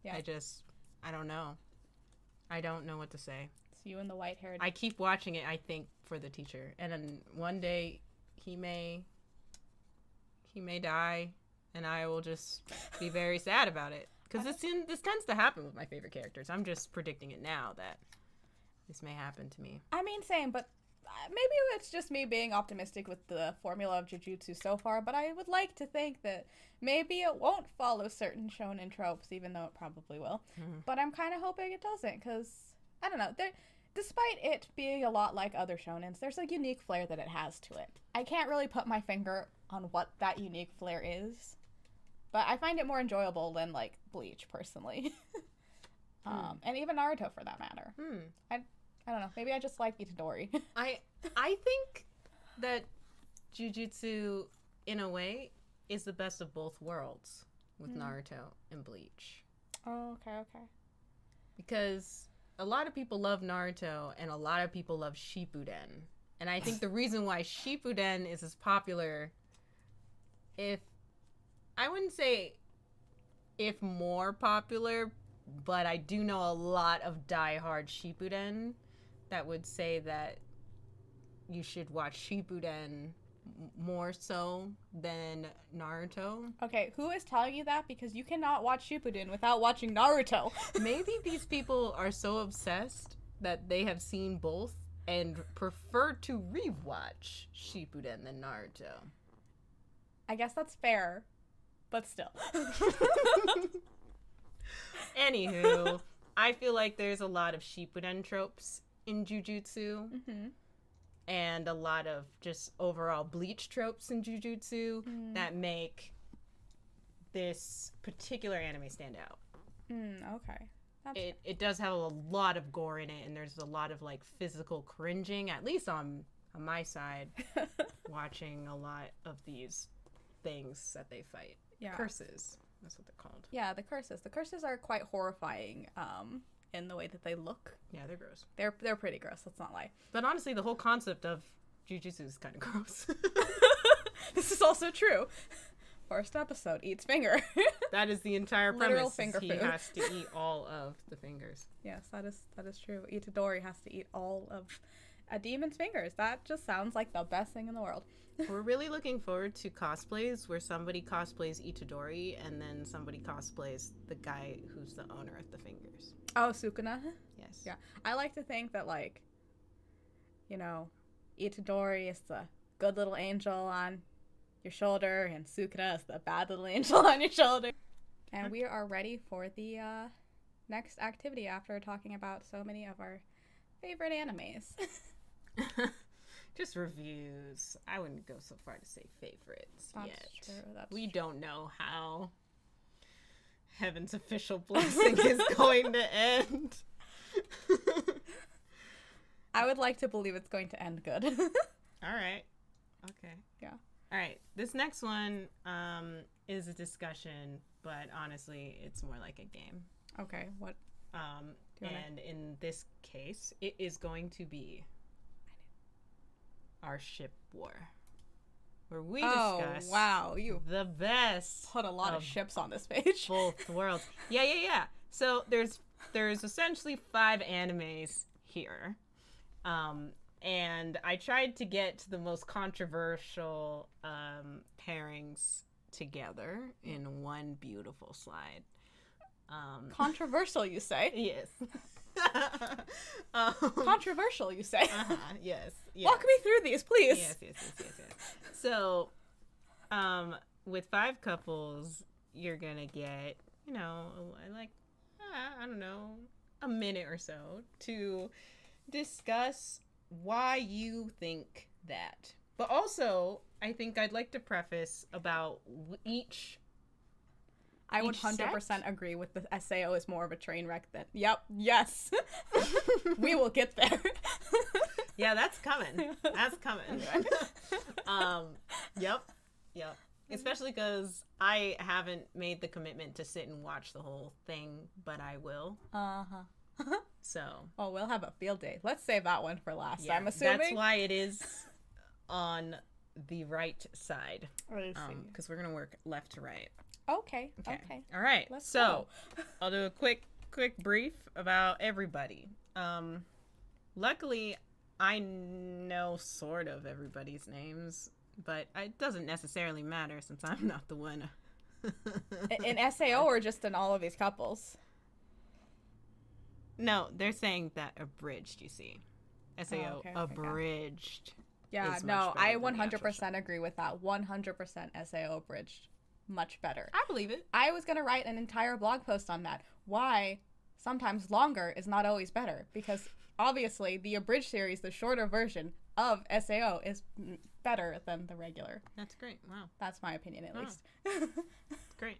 Speaker 1: Yeah.
Speaker 2: I just, I don't know. I don't know what to say.
Speaker 1: It's you and the white haired.
Speaker 2: I keep watching it, I think, for the teacher. And then one day he may he may die and I will just be very sad about it. Because this in, this tends to happen with my favorite characters. I'm just predicting it now that this may happen to me.
Speaker 1: I mean, same, but uh, maybe it's just me being optimistic with the formula of jujutsu so far. But I would like to think that maybe it won't follow certain shonen tropes, even though it probably will.
Speaker 2: Mhm.
Speaker 1: But I'm kind of hoping it doesn't, because I don't know. There, despite it being a lot like other shonens, there's a unique flair that it has to it. I can't really put my finger on what that unique flair is, but I find it more enjoyable than like Bleach, personally. Um, and even Naruto for that matter.
Speaker 2: Hmm.
Speaker 1: I don't know. Maybe I just like Itadori.
Speaker 2: I I think that jujutsu in a way is the best of both worlds with
Speaker 1: Hmm.
Speaker 2: Naruto and Bleach.
Speaker 1: Oh, okay, okay.
Speaker 2: because a lot of people love Naruto and a lot of people love Shippuden. And I think the reason why Shippuden is as popular if I wouldn't say if more popular, but I do know a lot of diehard Shippuden that would say that you should watch Shippuden m- more so than Naruto.
Speaker 1: Okay, who is telling you that? Because you cannot watch Shippuden without watching Naruto.
Speaker 2: Maybe these people are so obsessed that they have seen both and prefer to rewatch Shippuden than Naruto.
Speaker 1: I guess that's fair, but still. Hmm,
Speaker 2: Anywho, I feel like there's a lot of Shippuden tropes in Jujutsu
Speaker 1: mm-hmm.
Speaker 2: and a lot of just overall bleach tropes in Jujutsu that make this particular anime stand out.
Speaker 1: Mm, okay. That's
Speaker 2: it, it does have a lot of gore in it and there's a lot of like physical cringing at least on on my side watching a lot of these things that they fight
Speaker 1: yeah.
Speaker 2: curses that's what they're called
Speaker 1: yeah, the curses. The curses are quite horrifying. Um, in the way that they look.
Speaker 2: Yeah, they're gross.
Speaker 1: They're they're pretty gross. Let's not lie.
Speaker 2: But honestly, the whole concept of jujitsu is kind of gross.
Speaker 1: This is also true. First episode eats finger.
Speaker 2: that is the entire premise.
Speaker 1: Literal
Speaker 2: is
Speaker 1: finger
Speaker 2: he
Speaker 1: food.
Speaker 2: has to eat all of the fingers.
Speaker 1: yes, that is that is true. Itadori has to eat all of a demon's fingers. That just sounds like the best thing in the world.
Speaker 2: We're really looking forward to cosplays where somebody cosplays Itadori and then somebody cosplays the guy who's the owner of the fingers.
Speaker 1: Oh, Sukuna.
Speaker 2: Yes.
Speaker 1: Yeah. I like to think that like you know, Itadori is the good little angel on your shoulder and Sukuna is the bad little angel on your shoulder. And we are ready for the uh, next activity after talking about so many of our favorite animes.
Speaker 2: Just reviews. I wouldn't go so far to say favorites
Speaker 1: That's
Speaker 2: yet.
Speaker 1: true, that's
Speaker 2: we don't know how heaven's official blessing is going to end.
Speaker 1: I would like to believe it's going to end good.
Speaker 2: All right. Okay.
Speaker 1: Yeah.
Speaker 2: All right. This next one um, is a discussion, but honestly, it's more like a game.
Speaker 1: okay, what
Speaker 2: Um,
Speaker 1: Do you wanna-
Speaker 2: and in this case, it is going to be our ship war, where we
Speaker 1: Oh,
Speaker 2: discuss
Speaker 1: wow, you
Speaker 2: the best
Speaker 1: put a lot of
Speaker 2: of
Speaker 1: ships on this page.
Speaker 2: both worlds. Yeah, yeah, yeah. So there's there's essentially five animes here, um, and I tried to get the most controversial um, pairings together in one beautiful slide. Um,
Speaker 1: Controversial, you say?
Speaker 2: yes. um,
Speaker 1: Controversial, you say?
Speaker 2: uh-huh, yes. Yes.
Speaker 1: Walk me through these, please.
Speaker 2: yes, yes, yes, yes, yes. So, um, with five couples, you're gonna get, you know, I like, uh, I don't know, a minute or so to discuss why you think that. But also, I think I'd like to preface about w- each.
Speaker 1: I would
Speaker 2: Each sect?
Speaker 1: hundred percent agree with the SAO is more of a train wreck than. Yep. Yes. we will get there.
Speaker 2: Yeah, that's coming. That's coming. um, yep, yep. Especially because I haven't made the commitment to sit and watch the whole thing, but I will.
Speaker 1: uh huh.
Speaker 2: So
Speaker 1: Oh, we'll have a field day. Let's save that one for last.
Speaker 2: yeah,
Speaker 1: I'm assuming.
Speaker 2: that's why it is on the right side
Speaker 1: I see.
Speaker 2: because we're gonna work left to right.
Speaker 1: okay. Um, Okay.
Speaker 2: All right.
Speaker 1: Let's
Speaker 2: so I'll do a quick, quick brief about everybody. Um, luckily, I know sort of everybody's names, but it doesn't necessarily matter since I'm not the one.
Speaker 1: I- In SAO or just in all of these couples?
Speaker 2: no, they're saying that abridged. You see, SAO
Speaker 1: Oh, okay, okay, okay.
Speaker 2: abridged.
Speaker 1: Yeah.
Speaker 2: It's much
Speaker 1: No,
Speaker 2: better
Speaker 1: I
Speaker 2: than the
Speaker 1: one
Speaker 2: actual
Speaker 1: hundred percent agree with that. One hundred percent SAO bridged. Much better.
Speaker 2: I believe it.
Speaker 1: I was gonna write an entire blog post on that. Why sometimes longer is not always better because obviously the abridged series, the shorter version of SAO, is mm, better than the regular.
Speaker 2: That's great. Wow,
Speaker 1: That's my opinion, at
Speaker 2: Oh.
Speaker 1: least.
Speaker 2: that's great.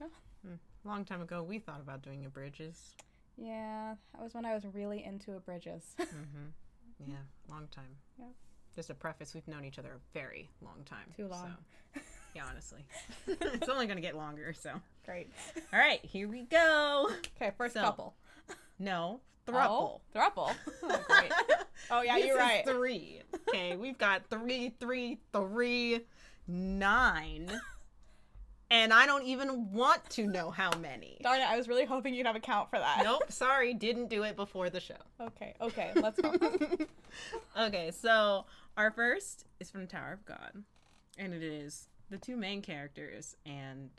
Speaker 1: Yeah.
Speaker 2: Mm. Long time ago, we thought about doing abridges.
Speaker 1: yeah, that was when I was really into abridges.
Speaker 2: Mm-hmm. Yeah, long time.
Speaker 1: Yeah.
Speaker 2: Just a preface, we've known each other a very long time.
Speaker 1: Too long.
Speaker 2: so- yeah, honestly. it's only going to get longer, so.
Speaker 1: Great.
Speaker 2: All right, here we go.
Speaker 1: Okay, first
Speaker 2: So,
Speaker 1: couple.
Speaker 2: No, thruple.
Speaker 1: Oh, thruple. Oh, great. oh yeah,
Speaker 2: This
Speaker 1: you're
Speaker 2: is
Speaker 1: right.
Speaker 2: Three. Okay, we've got three, three, three, nine. And I don't even want to know how many.
Speaker 1: Darn it, I was really hoping you'd have a count for that.
Speaker 2: Nope, sorry, didn't do it before the show.
Speaker 1: Okay, okay, let's go.
Speaker 2: okay, so our first is from Tower of God, and it is the two main characters, and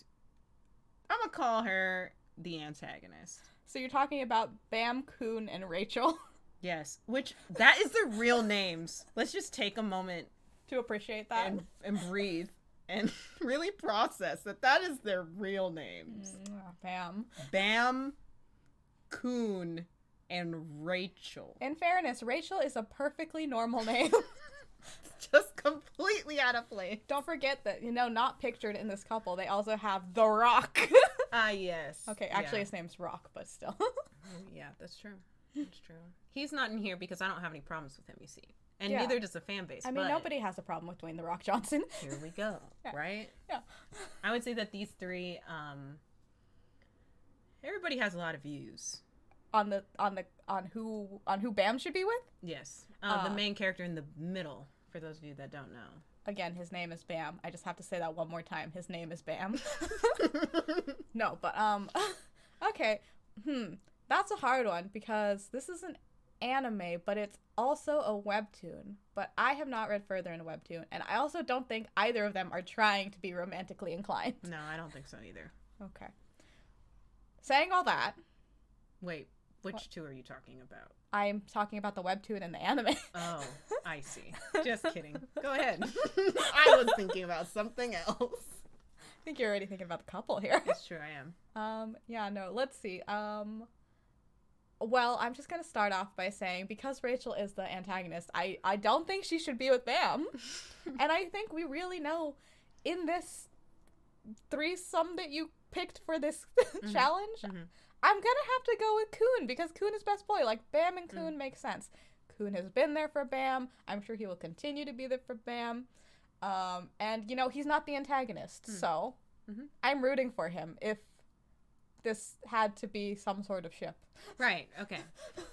Speaker 2: I'm gonna call her the antagonist.
Speaker 1: so you're talking about Bam, Coon, and Rachel
Speaker 2: Yes, which that is their real names. Let's just take a moment
Speaker 1: to appreciate that.
Speaker 2: and and breathe and really process that that is their real names.
Speaker 1: Mm, Bam.
Speaker 2: Bam, Coon, and Rachel.
Speaker 1: In fairness, Rachel is a perfectly normal name.
Speaker 2: Just completely out of place.
Speaker 1: Don't forget that, you know, not pictured in this couple, they also have The Rock.
Speaker 2: Ah, yes.
Speaker 1: okay,
Speaker 2: Yeah. Oh,
Speaker 1: actually, his name's Rock, but still.
Speaker 2: Yeah, that's true. That's true. He's not in here because I don't have any problems with him, you see. And
Speaker 1: Yeah.
Speaker 2: neither does the fan base.
Speaker 1: I mean,
Speaker 2: but
Speaker 1: nobody has a problem with Dwayne The Rock Johnson.
Speaker 2: Here we go, right?
Speaker 1: Yeah.
Speaker 2: I would say that these three, um, everybody has a lot of views.
Speaker 1: on the on the on who on who Bam should be with.
Speaker 2: Yes. Uh, the
Speaker 1: Uh,
Speaker 2: main character in the middle, for those of you that don't know.
Speaker 1: Again, his name is Bam. I just have to say that one more time. His name is Bam. no, but um, okay, hmm, that's a hard one because this is an anime, but it's also a webtoon. But I have not read further in a webtoon, and I also don't think either of them are trying to be romantically inclined.
Speaker 2: no, I don't think so either.
Speaker 1: Okay. Saying all that,
Speaker 2: Wait, which two are you talking about?
Speaker 1: I'm talking about the webtoon and the anime.
Speaker 2: Oh, I see. Just kidding. Go ahead. I was thinking about something else.
Speaker 1: I think you're already thinking about the couple here.
Speaker 2: It's true, I am.
Speaker 1: Um, yeah, no, let's see. Um, well, I'm just gonna start off by saying because Rachel is the antagonist, I, I don't think she should be with Bam. and I think we really know in this threesome that you picked for this challenge,
Speaker 2: mhm.
Speaker 1: I'm gonna have to go with Coon because Coon is best boy. Like Bam and Coon make sense. Coon has been there for Bam. I'm sure he will continue to be there for Bam. Um, and you know he's not the antagonist, so
Speaker 2: Mhm.
Speaker 1: I'm rooting for him. If this had to be some sort of ship,
Speaker 2: Right, okay.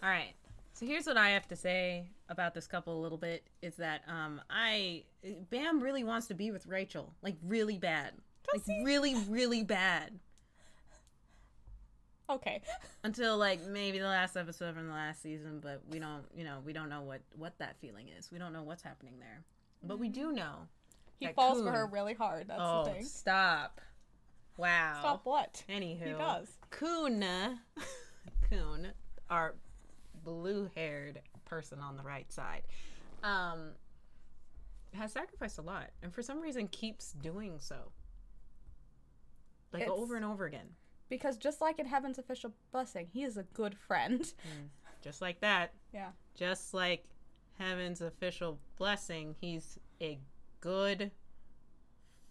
Speaker 2: All right. So here's what I have to say about this couple a little bit is that um I Bam really wants to be with Rachel, like really bad. Like really really bad.
Speaker 1: okay,
Speaker 2: until like maybe the last episode from the last season but we don't you know we don't know what what that feeling is we don't know what's happening there but we do know
Speaker 1: he
Speaker 2: That
Speaker 1: falls for
Speaker 2: Coon-
Speaker 1: her really hard. That's
Speaker 2: oh
Speaker 1: the thing.
Speaker 2: stop wow
Speaker 1: Stop what?
Speaker 2: anywho
Speaker 1: He does.
Speaker 2: coon coon our blue haired person on the right side um has sacrificed a lot and for some reason keeps doing so like
Speaker 1: It's-
Speaker 2: over and over again
Speaker 1: Because just like in Heaven's official blessing, he is a good friend.
Speaker 2: just like that
Speaker 1: Yeah.
Speaker 2: just like heaven's official blessing, he's a good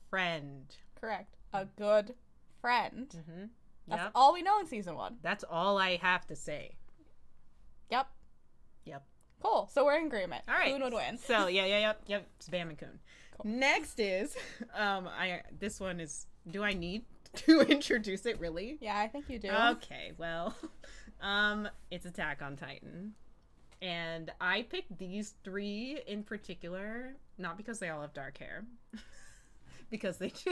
Speaker 2: friend.
Speaker 1: Correct. A good friend.
Speaker 2: Mm-hmm.
Speaker 1: That's
Speaker 2: Yep.
Speaker 1: all we know in season one.
Speaker 2: That's all I have to say.
Speaker 1: Yep.
Speaker 2: Yep.
Speaker 1: Cool. So we're in agreement.
Speaker 2: All right.
Speaker 1: Coon would win.
Speaker 2: So yeah, yeah, yep, yep. It's Bam and Coon.
Speaker 1: Cool.
Speaker 2: Next is, um, I this one is. Do I need to introduce it really?
Speaker 1: Yeah, I think you do.
Speaker 2: Okay, well, um, it's Attack on Titan. And I picked these three in particular, not because they all have dark hair, because they do,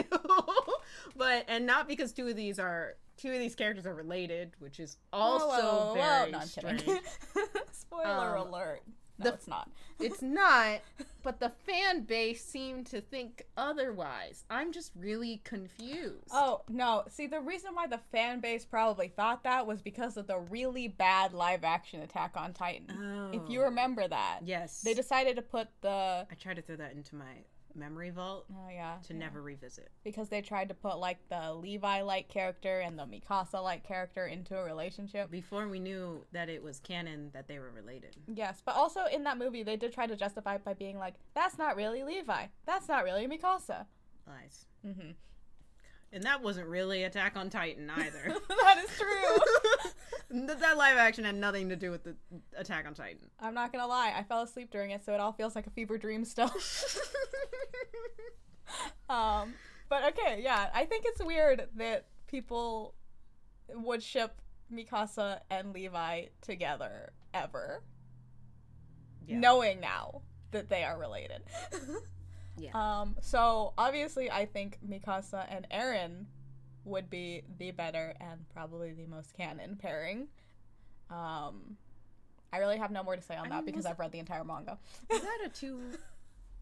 Speaker 2: but and not because two of these are two of these characters are related, which is
Speaker 1: Whoa,
Speaker 2: also
Speaker 1: whoa, whoa.
Speaker 2: very
Speaker 1: No, I'm kidding.
Speaker 2: strange.
Speaker 1: Spoiler
Speaker 2: Um,
Speaker 1: alert. No,
Speaker 2: the-
Speaker 1: it's not.
Speaker 2: it's not, but the fan base seemed to think otherwise. I'm just really confused.
Speaker 1: Oh, no. See, the reason why the fan base probably thought that was because of the really bad live action Attack on Titan. If you
Speaker 2: Oh.
Speaker 1: remember that,
Speaker 2: yes,
Speaker 1: they decided to put the.
Speaker 2: I tried to throw that into my memory vault
Speaker 1: Oh, yeah.
Speaker 2: to never revisit.
Speaker 1: Because they tried to put, like, the Levi like character and the Mikasa like character into a relationship.
Speaker 2: Before we knew that it was canon that they were related.
Speaker 1: Yes, but also in that movie, they did try to justify it by being like, that's not really Levi. That's not really Mikasa.
Speaker 2: Lies.
Speaker 1: Mhm.
Speaker 2: And that wasn't really Attack on Titan either.
Speaker 1: that is true.
Speaker 2: Th- that live action had nothing to do with the Attack on Titan.
Speaker 1: I'm not gonna lie, I fell asleep during it, so it all feels like a fever dream still. um, but okay, yeah, I think it's weird that people would ship Mikasa and Levi together ever,
Speaker 2: Yeah.
Speaker 1: knowing now that they are related.
Speaker 2: Yeah.
Speaker 1: Um, so obviously, I think Mikasa and Eren would be the better and probably the most canon pairing. Um, I really have no more to say on
Speaker 2: I
Speaker 1: that
Speaker 2: mean,
Speaker 1: because
Speaker 2: was-
Speaker 1: I've read the entire manga.
Speaker 2: Is that a two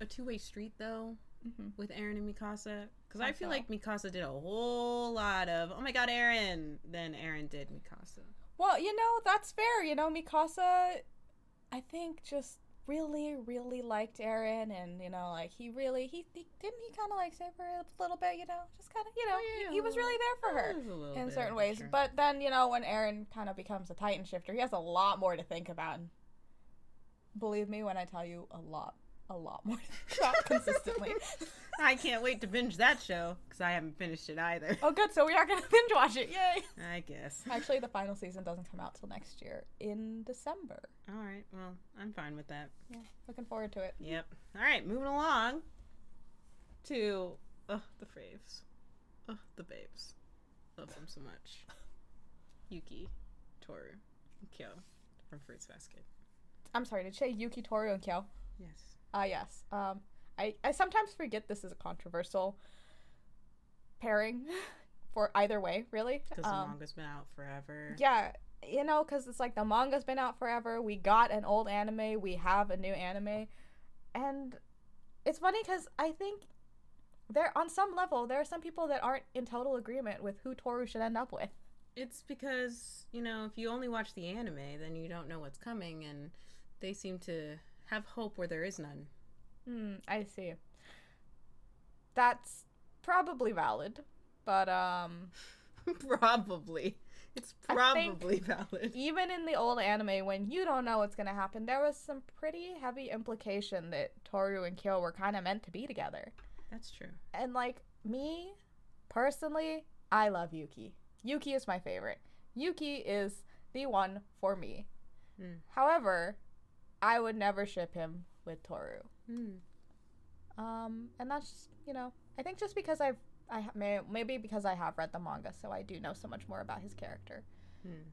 Speaker 2: a two way street though
Speaker 1: Mhm.
Speaker 2: with Aaron and Mikasa? Because
Speaker 1: I
Speaker 2: I feel
Speaker 1: thought-
Speaker 2: like Mikasa did a whole lot of oh my god Aaron than Aaron did Mikasa.
Speaker 1: Well, you know, that's fair. You know, Mikasa, I think, just really, really liked Aaron, and, you know, like, he really, he, he didn't he kind of, like, save her a little bit, you know? Just kind of, you know,
Speaker 2: yeah,
Speaker 1: he, he was really there for her.
Speaker 2: It was a little
Speaker 1: in
Speaker 2: bit,
Speaker 1: certain
Speaker 2: I'm
Speaker 1: ways.
Speaker 2: sure.
Speaker 1: But then, you know, when Aaron kind of becomes a Titan shifter, he has a lot more to think about. And believe me when I tell you, a lot, a lot more to think about consistently.
Speaker 2: I can't wait to binge that show because I haven't finished it either.
Speaker 1: Oh, good. So we are going to binge watch it. Yay.
Speaker 2: I guess.
Speaker 1: Actually, the final season doesn't come out till next year in December.
Speaker 2: All right. Well, I'm fine with that.
Speaker 1: Yeah. Looking forward to it.
Speaker 2: Yep. All right. Moving along to oh the faves, oh the babes, love them so much. Yuki, Toru, Kyo from Fruits Basket.
Speaker 1: I'm sorry, did you say Yuki Toru and Kyo?
Speaker 2: Yes.
Speaker 1: Ah, yes. Um, I, I sometimes forget this is a controversial pairing for either way, really.
Speaker 2: Because the
Speaker 1: Um,
Speaker 2: manga's been out forever.
Speaker 1: yeah, you know, because it's like the manga's been out forever. We got an old anime, we have a new anime. And it's funny because I think there, on some level, there are some people that aren't in total agreement with who Toru should end up with.
Speaker 2: It's because, you know, if you only watch the anime, then you don't know what's coming, and they seem to have hope where there is none.
Speaker 1: Hmm, I see. That's probably valid, but um,
Speaker 2: probably. It's
Speaker 1: I think-
Speaker 2: probably valid.
Speaker 1: even in the old anime, when you don't know what's gonna happen, there was some pretty heavy implication that Toru and Kyo were kind of meant to be together.
Speaker 2: That's true.
Speaker 1: And like me, personally, I love Yuki. Yuki is my favorite. Yuki is the one for me.
Speaker 2: Mm.
Speaker 1: However, I would never ship him with Toru.
Speaker 2: Hmm.
Speaker 1: Um, and that's just, you know, I think just because I've I ha- may, maybe because I have read the manga, so I do know so much more about his character.
Speaker 2: Hmm.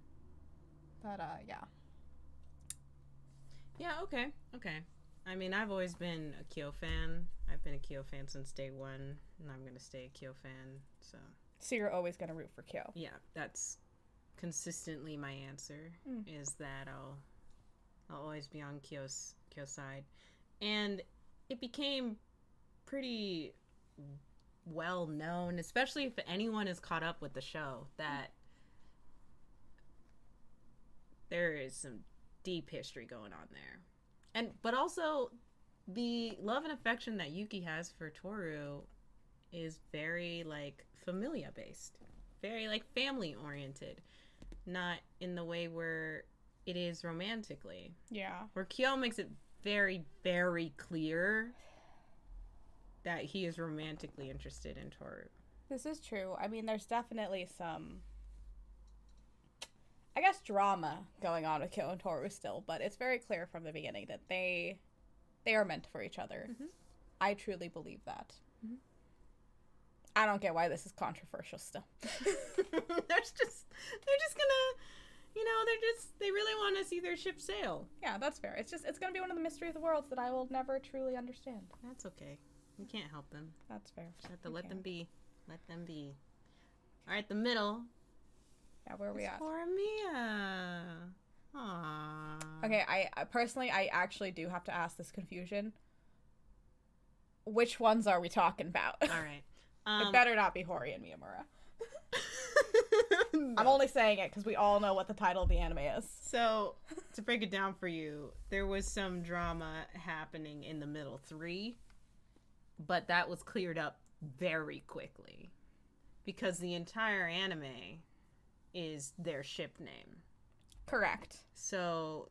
Speaker 1: But uh, yeah,
Speaker 2: Yeah, okay. Okay. I mean, I've always been a Kyo fan. I've been a Kyo fan since day one, and I'm going to stay a Kyo fan. So,
Speaker 1: so you're always gonna root for Kyo.
Speaker 2: yeah, that's consistently my answer
Speaker 1: Mm.
Speaker 2: is that I'll I'll always be on Kyo's Kyo's side. And it became pretty well known, especially if anyone is caught up with the show, that there is some deep history going on there. And but also the love and affection that Yuki has for Toru is very like familia based, very like family oriented, not in the way where it is romantically.
Speaker 1: Yeah,
Speaker 2: Where Kyo makes it very, very clear that he is romantically interested in Toru.
Speaker 1: this is true. I mean, there's definitely some, I guess, drama going on with Kyo and Toru still, but it's very clear from the beginning that they they are meant for each other. I truly believe that. I don't get why this is controversial still.
Speaker 2: There's just they're just gonna you know, they're just they really wanna see their ship sail.
Speaker 1: Yeah, that's fair. It's just it's gonna be one of the mystery of the worlds that I will never truly understand.
Speaker 2: That's okay. We can't help them.
Speaker 1: That's fair.
Speaker 2: Just have to let them be. Let them be. Alright, the middle.
Speaker 1: Yeah, where are we
Speaker 2: is
Speaker 1: at?
Speaker 2: for Mia. Aww.
Speaker 1: Okay, I I- personally I actually do have to ask this confusion. Which ones are we talking about?
Speaker 2: Alright.
Speaker 1: it
Speaker 2: Um,
Speaker 1: better not be Hori and Miyamura.
Speaker 2: no.
Speaker 1: I'm only saying it because we all know what the title of the anime is.
Speaker 2: So, to break it down for you, there was some drama happening in the middle three, but that was cleared up very quickly because the entire anime is their ship name.
Speaker 1: Correct.
Speaker 2: So,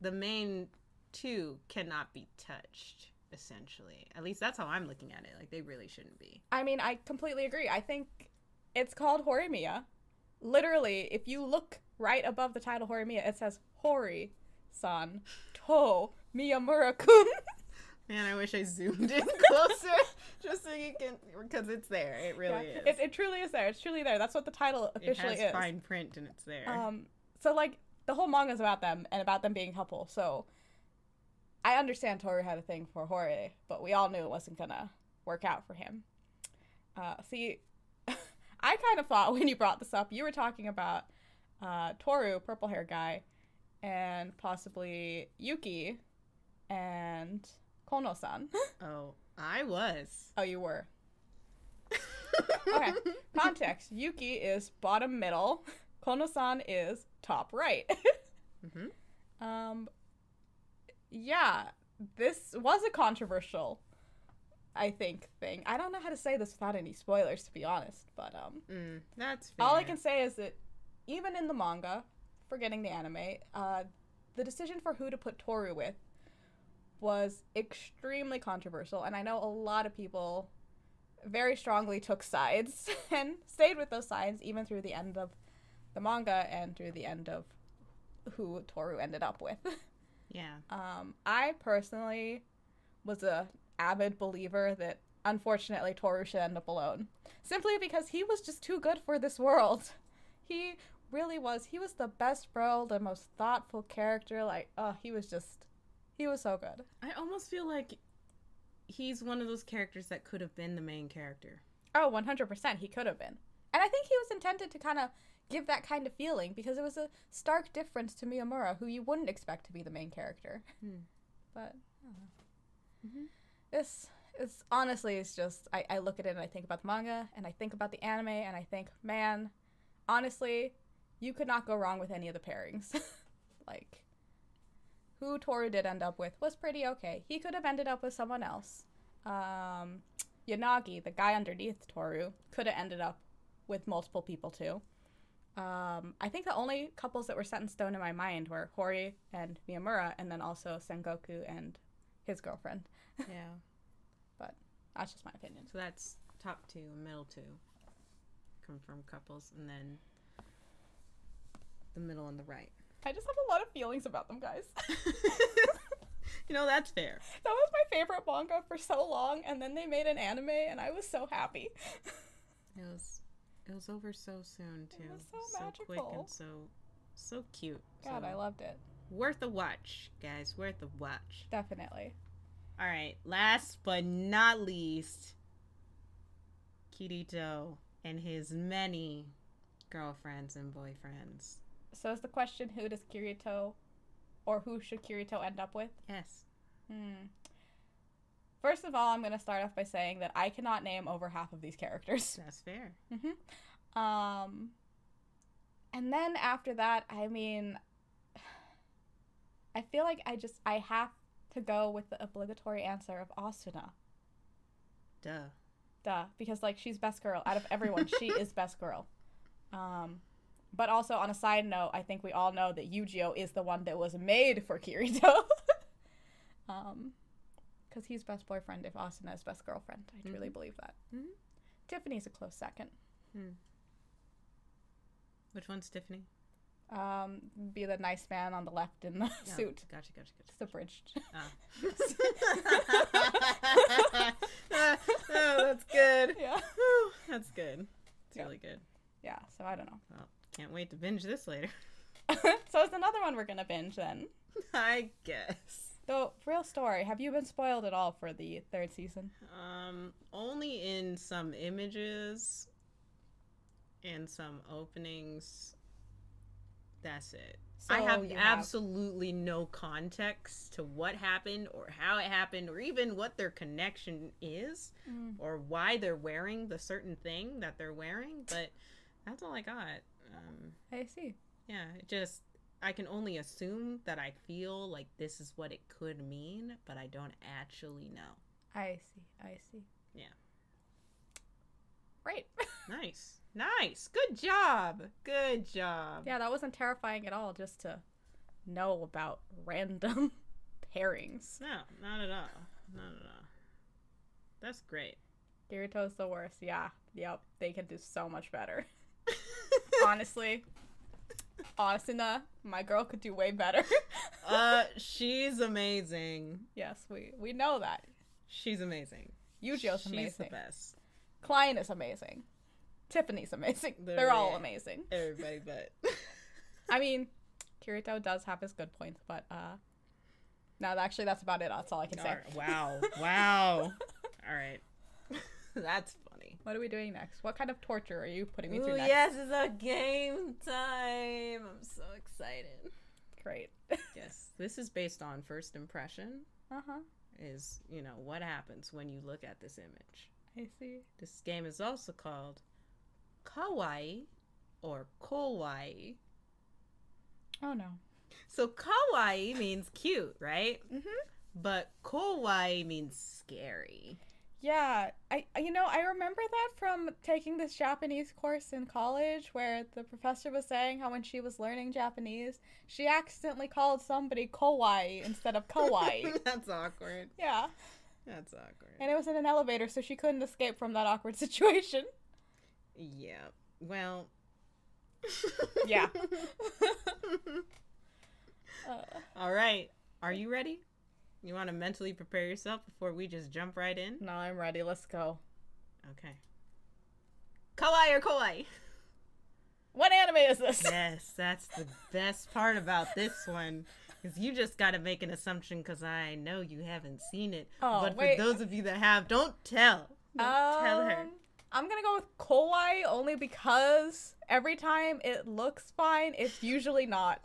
Speaker 2: the main two cannot be touched, essentially. At least that's how I'm looking at it. Like, they really shouldn't be.
Speaker 1: I mean, I completely agree. I think it's called Horimiya. Literally, if you look right above the title Horimiya, it says Hori san to Miyamura kun.
Speaker 2: Man, I wish I zoomed in closer just so you can, because it's there. It really is.
Speaker 1: it, it truly is there. It's truly there. That's what the title
Speaker 2: it
Speaker 1: officially
Speaker 2: has
Speaker 1: is.
Speaker 2: fine print and it's there.
Speaker 1: Um, so like the whole manga is about them and about them being a couple. So I understand Toru had a thing for Hori, but we all knew it wasn't gonna work out for him. Uh, see, I kind of thought when you brought this up, you were talking about uh, Toru, purple hair guy, and possibly Yuki and Kono-san.
Speaker 2: Oh, I was.
Speaker 1: oh, you were. Okay. Context: Yuki is bottom middle. Kono-san is top right.
Speaker 2: Mhm.
Speaker 1: Um, yeah, this was a controversial, I think, thing. I don't know how to say this without any spoilers, to be honest. But um,
Speaker 2: Mm, that's fair.
Speaker 1: all I can say is that even in the manga, forgetting the anime, uh, the decision for who to put Toru with was extremely controversial, and I know a lot of people very strongly took sides and stayed with those sides even through the end of the manga and through the end of who Toru ended up with.
Speaker 2: Yeah.
Speaker 1: Um, I personally was a avid believer that unfortunately Toru should end up alone, simply because he was just too good for this world. He really was. He was the best bro, the most thoughtful character. Like, oh, he was just, he was so good.
Speaker 2: I almost feel like he's one of those characters that could have been the main character.
Speaker 1: Oh, 100%. He could have been. And I think he was intended to kind of give that kind of feeling because it was a stark difference to Miyamura, who you wouldn't expect to be the main character.
Speaker 2: Hmm.
Speaker 1: But I don't know. this is honestly, it's just, I, I look at it and I think about the manga and I think about the anime and I think, man, honestly, you could not go wrong with any of the pairings. like, who Toru did end up with was pretty okay. He could have ended up with someone else. Um, Yanagi, the guy underneath Toru, could have ended up with multiple people too. Um, I think the only couples that were set in stone in my mind were Hori and Miyamura, and then also Sengoku and his girlfriend.
Speaker 2: Yeah.
Speaker 1: But that's just my opinion.
Speaker 2: So that's top two, middle two, come from couples, and then the middle and the right.
Speaker 1: I just have a lot of feelings about them, guys.
Speaker 2: you know that's fair.
Speaker 1: That was my favorite manga for so long, and then they made an anime, and I was so happy.
Speaker 2: It was it was over so soon too.
Speaker 1: was so
Speaker 2: quick
Speaker 1: magical.
Speaker 2: and so so cute.
Speaker 1: God,
Speaker 2: so
Speaker 1: I loved it.
Speaker 2: worth a watch, guys. Worth a watch.
Speaker 1: Definitely.
Speaker 2: All right. Last but not least, Kirito and his many girlfriends and boyfriends.
Speaker 1: So is the question who does Kirito or who should Kirito end up with?
Speaker 2: Yes.
Speaker 1: Hmm. First of all, I'm going to start off by saying that I cannot name over half of these characters.
Speaker 2: That's fair.
Speaker 1: Um and then after that, I mean I feel like I just I have to go with the obligatory answer of Asuna.
Speaker 2: Duh.
Speaker 1: Duh, because like she's best girl out of everyone. she is best girl. Um, but also on a side note, I think we all know that Yu-Gi-Oh is the one that was made for Kirito. um, because he's best boyfriend if Asuna is best girlfriend. I truly believe that. Mm-hmm.
Speaker 2: Mhm.
Speaker 1: Tiffany's a close second.
Speaker 2: Which one's Tiffany?
Speaker 1: Um, be the nice man on the left in the
Speaker 2: No,
Speaker 1: suit.
Speaker 2: Gotcha, gotcha,
Speaker 1: It's the bridge.
Speaker 2: gotcha. Ah. oh, that's good.
Speaker 1: yeah.
Speaker 2: Whew, that's good. It's
Speaker 1: Yeah.
Speaker 2: really good.
Speaker 1: Yeah. So I don't know.
Speaker 2: Well, can't wait to binge this later.
Speaker 1: so it's another one we're gonna binge then.
Speaker 2: I guess.
Speaker 1: Though, real story. Have you been spoiled at all for the third season?
Speaker 2: Um, only in some images and some openings. That's it. I
Speaker 1: So
Speaker 2: have
Speaker 1: you
Speaker 2: absolutely no context to what happened or how it happened or even what their connection is
Speaker 1: Mm.
Speaker 2: or why they're wearing the certain thing that they're wearing, but that's all I got. Um,
Speaker 1: I see.
Speaker 2: yeah, it just I can only assume that I feel like this is what it could mean, but I don't actually know.
Speaker 1: I see. I see.
Speaker 2: Yeah.
Speaker 1: Right.
Speaker 2: Nice. Nice. Good job. Good job.
Speaker 1: yeah, that wasn't terrifying at all just to know about random pairings.
Speaker 2: No, not at all. Not at all. That's great.
Speaker 1: Kirito's the worst. Yeah. Yep. They can do so much better. Honestly. Asuna, my girl could do way better.
Speaker 2: uh she's amazing.
Speaker 1: yes, we we know that.
Speaker 2: She's amazing.
Speaker 1: Yujio's
Speaker 2: She's the
Speaker 1: amazing.
Speaker 2: best.
Speaker 1: Klein is amazing. Tiffany's amazing. They're
Speaker 2: Literally.
Speaker 1: all amazing.
Speaker 2: Everybody but
Speaker 1: I mean, Kirito does have his good points, but uh no, actually that's about it. That's all I can say.
Speaker 2: Alright, Wow. Wow. All right. That's funny.
Speaker 1: What are we doing next? What kind of torture are you putting me
Speaker 2: Ooh,
Speaker 1: through next?
Speaker 2: yes, it's our game time. I'm so excited.
Speaker 1: Great.
Speaker 2: Yes. This is based on first impression
Speaker 1: uh-huh.
Speaker 2: is, you know, what happens when you look at this image.
Speaker 1: I see.
Speaker 2: This game is also called Kawaii or Kawaii.
Speaker 1: Oh no.
Speaker 2: So Kawaii means cute, right?
Speaker 1: Mhm.
Speaker 2: But Kawaii means scary.
Speaker 1: Yeah, I you know, I remember that from taking this Japanese course in college where the professor was saying how when she was learning Japanese, she accidentally called somebody kawaii instead of kawaii.
Speaker 2: That's awkward.
Speaker 1: yeah.
Speaker 2: That's awkward.
Speaker 1: And it was in an elevator so she couldn't escape from that awkward situation.
Speaker 2: Yeah. Well.
Speaker 1: Yeah. Uh,
Speaker 2: All right. Are you ready? You want to mentally prepare yourself before we just jump right in?
Speaker 1: no, I'm ready. Let's go.
Speaker 2: Okay. Kawaii or kawaii?
Speaker 1: What anime is this?
Speaker 2: Yes, that's the best part about this one. Is you just got to make an assumption because I know you haven't seen it.
Speaker 1: Oh,
Speaker 2: but
Speaker 1: wait.
Speaker 2: for those of you that have, don't tell. Don't tell her.
Speaker 1: Um, I'm gonna go with Kowai only because every time it looks fine, it's usually not.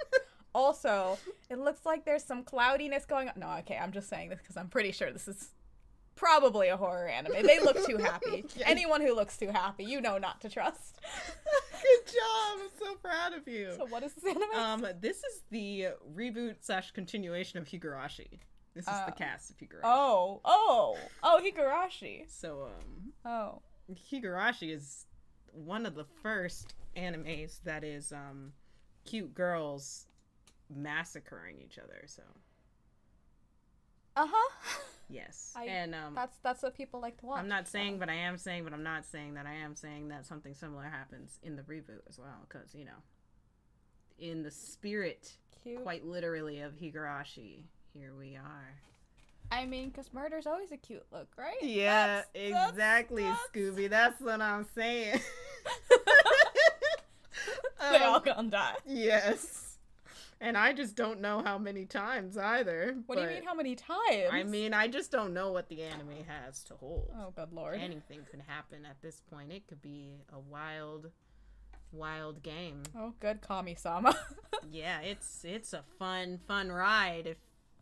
Speaker 1: also, it looks like there's some cloudiness going on. No, okay, I'm just saying this because I'm pretty sure this is probably a horror anime. They look too happy.
Speaker 2: Yes.
Speaker 1: Anyone who looks too happy, you know not to trust.
Speaker 2: Good job. I'm so proud of you.
Speaker 1: So what is this anime?
Speaker 2: Um, this is the reboot slash continuation of Higurashi. This is
Speaker 1: Oh.
Speaker 2: the cast of Higurashi.
Speaker 1: oh, oh, oh, Higurashi.
Speaker 2: So, um,
Speaker 1: Oh,
Speaker 2: Higurashi is one of the first animes that is um cute girls massacring each other. So
Speaker 1: uh huh.
Speaker 2: yes,
Speaker 1: I-
Speaker 2: and um,
Speaker 1: That's that's what people like to watch.
Speaker 2: I'm not saying, but I am saying, but I'm not saying that I am saying that something similar happens in the reboot as well, because you know, in the spirit,
Speaker 1: cute.
Speaker 2: quite literally, of Higurashi, here we are.
Speaker 1: I mean, because murder's always a cute look, right?
Speaker 2: Yeah,
Speaker 1: That's- that's-
Speaker 2: exactly,
Speaker 1: that's-
Speaker 2: Scooby. That's what I'm saying.
Speaker 1: They
Speaker 2: Um,
Speaker 1: all gonna die.
Speaker 2: Yes. And I just don't know how many times either.
Speaker 1: What do you
Speaker 2: but-
Speaker 1: mean? How many times?
Speaker 2: I mean, I just don't know what the anime has to hold.
Speaker 1: oh good lord.
Speaker 2: Anything could happen at this point. It could be a wild, wild game.
Speaker 1: Oh good, Kami Sama.
Speaker 2: yeah, it's it's a fun, fun ride. If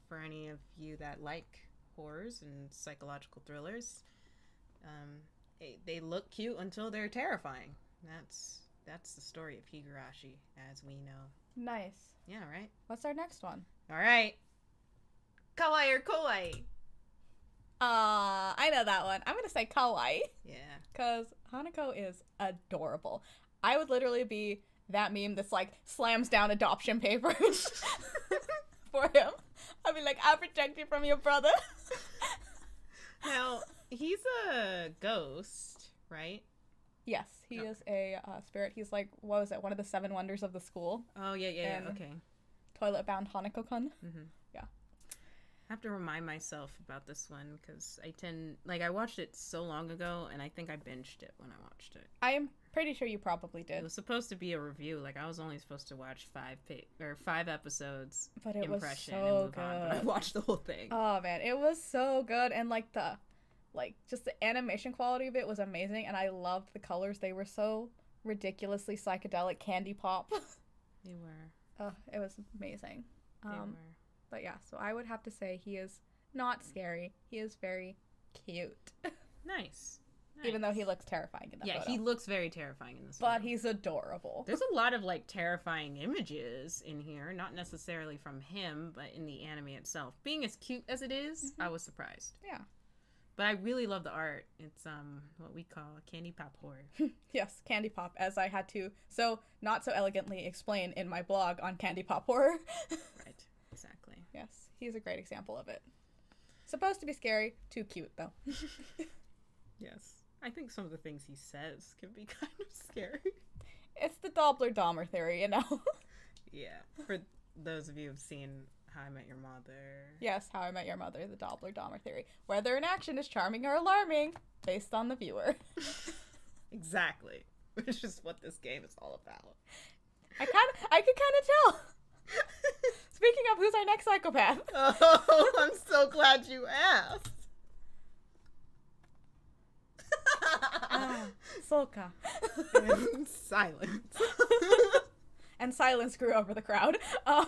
Speaker 2: for any of you that like horrors and psychological thrillers, um, they, they look cute until they're terrifying. That's that's the story of Higurashi, as we know.
Speaker 1: nice.
Speaker 2: Yeah, right.
Speaker 1: What's our next one?
Speaker 2: All right. Kawaii or kawaii?
Speaker 1: Uh, I know that one. I'm gonna say kawaii
Speaker 2: Yeah.
Speaker 1: because Hanako is adorable. I would literally be that meme that's like slams down adoption papers for him. I'd be like, I protect you from your brother.
Speaker 2: Now, he's a ghost, right?
Speaker 1: yes, he
Speaker 2: Okay.
Speaker 1: is a uh, spirit. He's like, what was it? One of the seven wonders of the school.
Speaker 2: Oh, yeah, yeah,
Speaker 1: Um,
Speaker 2: yeah. Okay.
Speaker 1: Toilet bound Hanako-kun.
Speaker 2: Mm-hmm.
Speaker 1: yeah.
Speaker 2: I have to remind myself about this one because I tend, like, I watched it so long ago and I think I binged it when I watched it.
Speaker 1: I am pretty sure you probably
Speaker 2: It
Speaker 1: did,
Speaker 2: was supposed to be a review. Like, I was only supposed to watch five pa- or five episodes
Speaker 1: but it was
Speaker 2: impression and
Speaker 1: so
Speaker 2: move on, but I
Speaker 1: good.
Speaker 2: watched the whole thing.
Speaker 1: Oh man, it was so good, and like the, like just the animation quality of it was amazing, and I loved the colors. They were so ridiculously psychedelic candy pop.
Speaker 2: they were.
Speaker 1: oh, it was amazing.
Speaker 2: They
Speaker 1: Um,
Speaker 2: were.
Speaker 1: but yeah, so I would have to say he is not scary. He is very cute,
Speaker 2: Nice.
Speaker 1: even though he
Speaker 2: Nice.
Speaker 1: looks terrifying in that
Speaker 2: Yeah,
Speaker 1: photo.
Speaker 2: he looks very terrifying in this
Speaker 1: but
Speaker 2: photo.
Speaker 1: he's adorable.
Speaker 2: There's a lot of like terrifying images in here, not necessarily from him, but in the anime itself. Being as cute as it is, I was surprised.
Speaker 1: Yeah.
Speaker 2: But I really love the art. It's um what we call candy pop horror.
Speaker 1: Yes, candy pop, as I had to so not so elegantly explain in my blog on candy pop horror.
Speaker 2: right. Exactly.
Speaker 1: Yes, he's a great example of it. Supposed to be scary, too cute though.
Speaker 2: Yes. I think some of the things he says can be kind of scary.
Speaker 1: It's the Doppler Dahmer theory, you know.
Speaker 2: yeah. For those of you who've seen How I Met Your Mother.
Speaker 1: yes, How I Met Your Mother, the Doppler Dahmer theory. Whether an action is charming or alarming, based on the viewer.
Speaker 2: Exactly. Which is what this game is all about.
Speaker 1: I kind of, I could kind of tell. Speaking of, who's our next psychopath?
Speaker 2: Oh, I'm so glad you asked.
Speaker 1: Ah, Solka.
Speaker 2: And Silence.
Speaker 1: and silence grew over the crowd. Um,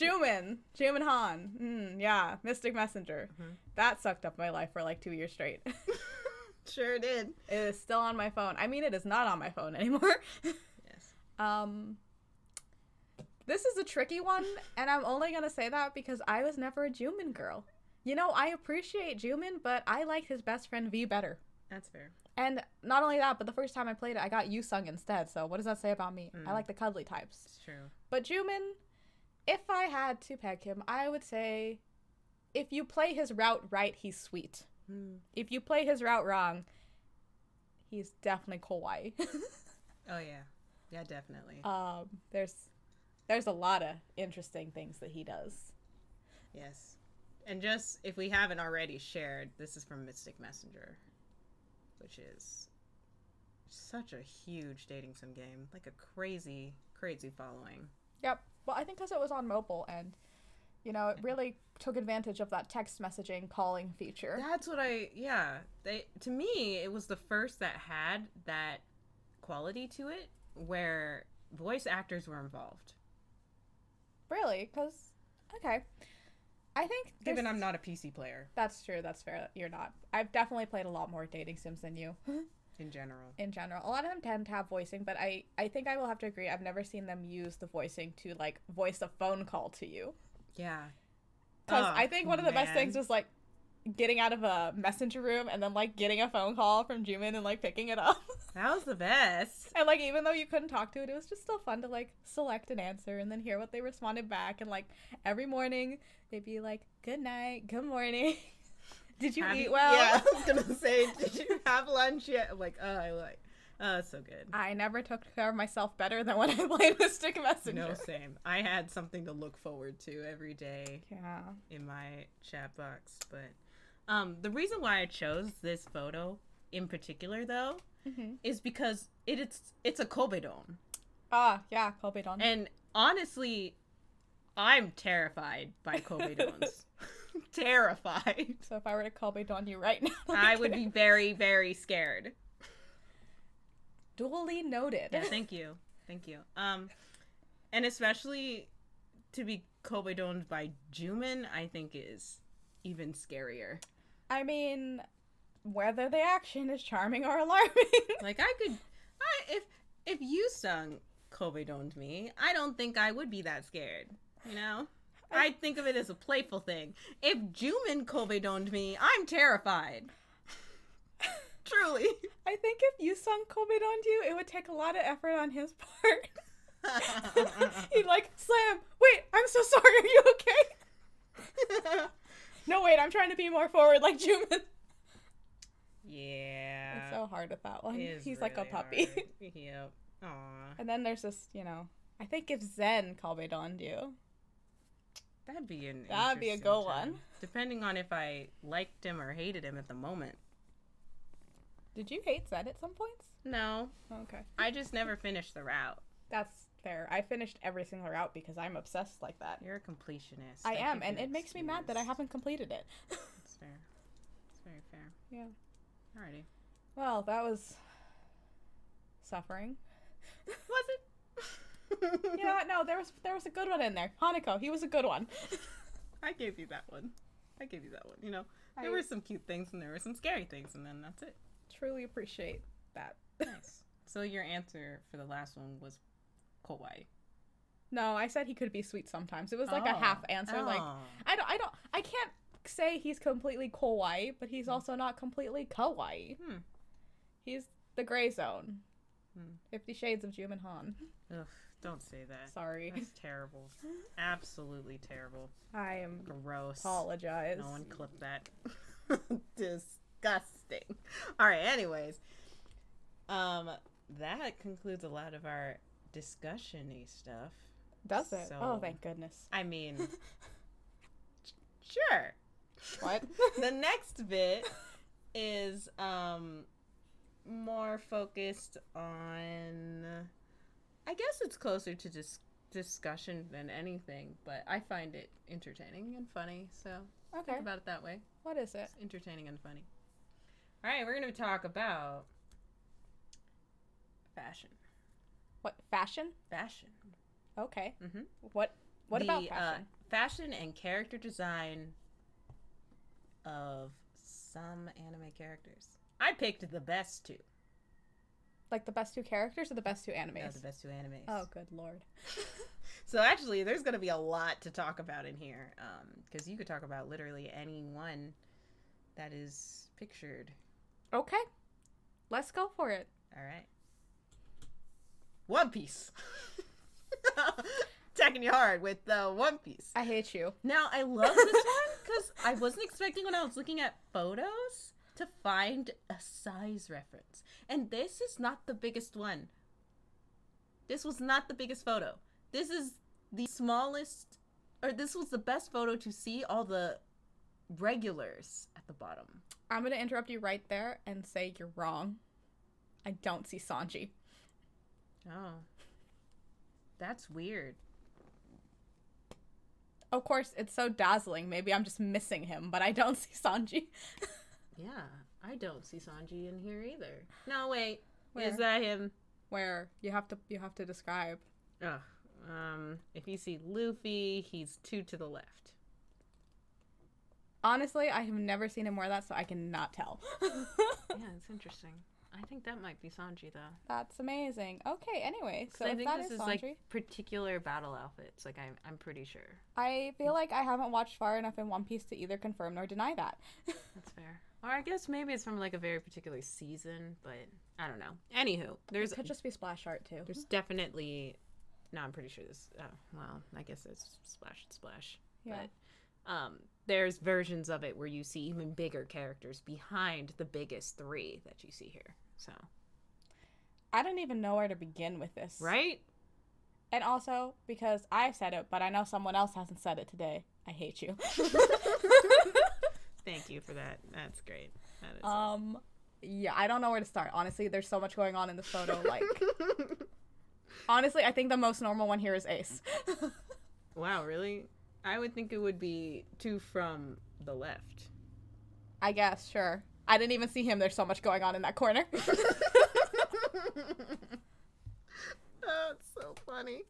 Speaker 1: Juman, Juman Han, mm, yeah, Mystic Messenger. That sucked up my life for like two years straight.
Speaker 2: sure did.
Speaker 1: It is still on my phone. I mean, it is not on my phone anymore.
Speaker 2: Yes.
Speaker 1: um, this is a tricky one, and I'm only gonna say that because I was never a Juman girl. You know, I appreciate Juman, but I liked his best friend V better.
Speaker 2: That's fair.
Speaker 1: And not only that, but the first time I played it, I got Yusung instead. So what does that say about me? I
Speaker 2: Mm.
Speaker 1: like the cuddly types.
Speaker 2: It's true.
Speaker 1: But Juman, if I had to peg him, I would say if you play his route right, he's sweet. If you play his route wrong, he's definitely kawaii.
Speaker 2: Oh, yeah. Yeah, definitely.
Speaker 1: um, there's there's a lot of interesting things that he does.
Speaker 2: yes. And just if we haven't already shared, this is from Mystic Messenger, which is such a huge dating sim game. Like a crazy, crazy following.
Speaker 1: Yep. Well, I think because it was on mobile and, you know, it really took advantage of that text messaging calling feature.
Speaker 2: That's what I yeah. They to me it was the first that had that quality to it where voice actors were involved.
Speaker 1: Really? Because, okay. I think.
Speaker 2: Given
Speaker 1: there's-
Speaker 2: I'm not a PC player
Speaker 1: That's true. That's fair. You're not. I've definitely played a lot more dating sims than you
Speaker 2: in general.
Speaker 1: in general. A lot of them tend to have voicing, but I, I think I will have to agree. I've never seen them use the voicing to, like, voice a phone call to you.
Speaker 2: Yeah.
Speaker 1: Because
Speaker 2: Oh,
Speaker 1: I think one of the best
Speaker 2: man.
Speaker 1: things was, like, getting out of a messenger room and then, like, getting a phone call from Jumin and, like, picking it up.
Speaker 2: That was the best.
Speaker 1: And like even though you couldn't talk to it, it was just still fun to like select an answer and then hear what they responded back. And like every morning they'd be like, "Good night, good morning, did you
Speaker 2: Have
Speaker 1: eat
Speaker 2: you-
Speaker 1: well?"
Speaker 2: Yeah, I was gonna say, did you have lunch yet? I'm like, oh, I like, oh, it's so good.
Speaker 1: I never took care of myself better than when I played with Stick Messenger.
Speaker 2: No, same. I had something to look forward to every day
Speaker 1: Yeah.
Speaker 2: in my chat box. But um, the reason why I chose this photo in particular, though,
Speaker 1: Mhm.
Speaker 2: is because it, it's it's a Kobe dome,
Speaker 1: Ah, yeah, Kobe Don.
Speaker 2: and honestly, I'm terrified by Kobe domes. terrified.
Speaker 1: so if I were to Kobe Don you right now,
Speaker 2: I would be very very scared.
Speaker 1: duly noted.
Speaker 2: Yeah, thank you. Thank you. Um and especially to be Kobe doned by Juman, I think is even scarier.
Speaker 1: I mean, whether the action is charming or alarming.
Speaker 2: Like I could I if if you sung Kobe doned me, I don't think I would be that scared. You know? I think of it as a playful thing. If Juman Kobe doned me, I'm terrified. Truly.
Speaker 1: I think if you sung Kobe Don you, it would take a lot of effort on his part. He'd like slam. Wait, I'm so sorry. Are you okay? No, wait. I'm trying to be more forward, like Juman.
Speaker 2: yeah.
Speaker 1: It's so hard with that one.
Speaker 2: It is
Speaker 1: He's like a
Speaker 2: really
Speaker 1: puppy.
Speaker 2: hard. yep. Aw.
Speaker 1: and then there's this, you know. I think if Zen Kalbe donned you,
Speaker 2: That'd be an
Speaker 1: That'd be a
Speaker 2: interesting
Speaker 1: good
Speaker 2: time,
Speaker 1: one.
Speaker 2: Depending on if I liked him or hated him at the moment.
Speaker 1: did you hate Zen at some points?
Speaker 2: No,
Speaker 1: Okay,
Speaker 2: I just never finished the route.
Speaker 1: that's fair. I finished every single route because I'm obsessed like that.
Speaker 2: You're a completionist.
Speaker 1: I
Speaker 2: think
Speaker 1: am,
Speaker 2: you
Speaker 1: and
Speaker 2: can
Speaker 1: it makes me mad that I
Speaker 2: excuse-
Speaker 1: haven't completed it.
Speaker 2: It's fair. It's very fair.
Speaker 1: Yeah.
Speaker 2: Alrighty.
Speaker 1: well, that was suffering.
Speaker 2: Was it?
Speaker 1: You know what? No, there was there was a good one in there. Hanako, he was a good one.
Speaker 2: I gave you that one. I gave you that one. You know,
Speaker 1: I-
Speaker 2: there were some cute things and there were some scary things, and then that's it.
Speaker 1: Truly appreciate that.
Speaker 2: Nice. so your answer for the last one was Kowai.
Speaker 1: No, I said he could be sweet sometimes. It was like a half
Speaker 2: Oh,
Speaker 1: answer. Like I don't, I don't, I can't say he's completely kawaii, but he's also not completely kawaii.
Speaker 2: Hmm.
Speaker 1: He's the gray zone.
Speaker 2: Hmm.
Speaker 1: Fifty Shades of Juman Han.
Speaker 2: Ugh, don't say that.
Speaker 1: Sorry,
Speaker 2: That's terrible. Absolutely terrible.
Speaker 1: I am
Speaker 2: Gross.
Speaker 1: apologize.
Speaker 2: No one clipped that. Disgusting. All right, anyways. Um that concludes a lot of our discussion-y stuff.
Speaker 1: Does it?
Speaker 2: So-
Speaker 1: Oh, thank goodness.
Speaker 2: I mean, sure.
Speaker 1: What?
Speaker 2: the next bit is um more focused on I guess it's closer to dis- discussion than anything, but I find it entertaining and funny, so
Speaker 1: okay.
Speaker 2: think about it that way.
Speaker 1: What is it?
Speaker 2: It's entertaining and funny. All right, we're going to talk about fashion.
Speaker 1: What fashion?
Speaker 2: Fashion.
Speaker 1: Okay.
Speaker 2: Mhm.
Speaker 1: What? What about
Speaker 2: The, uh,
Speaker 1: fashion?
Speaker 2: fashion and character design of some anime characters. I picked the best two.
Speaker 1: like the best two characters or the best two
Speaker 2: No,
Speaker 1: animes?
Speaker 2: the best two animes.
Speaker 1: oh, good lord.
Speaker 2: So actually, there's going to be a lot to talk about in here because you could talk about literally anyone that is pictured.
Speaker 1: Okay. Let's go for it.
Speaker 2: All right. One Piece. Attacking you hard with the One Piece.
Speaker 1: I hate you.
Speaker 2: Now I love this one because I wasn't expecting when I was looking at photos to find a size reference, and this is not the biggest one. This was not the biggest photo. This is the smallest, or this was the best photo to see all the regulars at the bottom.
Speaker 1: I'm going to interrupt you right there and say you're wrong. I don't see Sanji.
Speaker 2: Oh. That's weird.
Speaker 1: Of course, it's so dazzling. Maybe I'm just missing him, but I don't see Sanji.
Speaker 2: Yeah, I don't see Sanji in here either. No, wait.
Speaker 1: Where?
Speaker 2: Is that him?
Speaker 1: Where you have to you have to describe.
Speaker 2: Ugh. Um, if you see Luffy, he's two to the left.
Speaker 1: Honestly, I have never seen him wear that, so I cannot tell.
Speaker 2: Yeah, it's interesting. I think that might be Sanji though.
Speaker 1: That's amazing. Okay, anyway,
Speaker 2: So
Speaker 1: so
Speaker 2: I
Speaker 1: if
Speaker 2: think
Speaker 1: that
Speaker 2: this
Speaker 1: is
Speaker 2: is,
Speaker 1: Sanji,
Speaker 2: like particular battle outfits. Like I'm, I'm pretty sure.
Speaker 1: I feel like I haven't watched far enough in One Piece to either confirm nor deny that.
Speaker 2: That's fair. Or I guess maybe it's from like a very particular season, but I don't know. Anywho, there's
Speaker 1: It could just be splash art too.
Speaker 2: there's definitely. No, I'm pretty sure this. Oh, well, I guess it's splash and splash.
Speaker 1: Yeah.
Speaker 2: But um, there's versions of it where you see even bigger characters behind the biggest three that you see here. So
Speaker 1: I don't even know where to begin with this.
Speaker 2: right.
Speaker 1: And also because I've said it, but I know someone else hasn't said it today. I hate you.
Speaker 2: Thank you for that. That's great. That is
Speaker 1: um, yeah, I don't know where to start. Honestly, there's so much going on in this photo. Like, honestly, I think the most normal one here is Ace.
Speaker 2: wow, really? I would think it would be two from the left.
Speaker 1: I guess, sure. I didn't even see him. There's so much going on in that corner.
Speaker 2: Oh, it's so funny.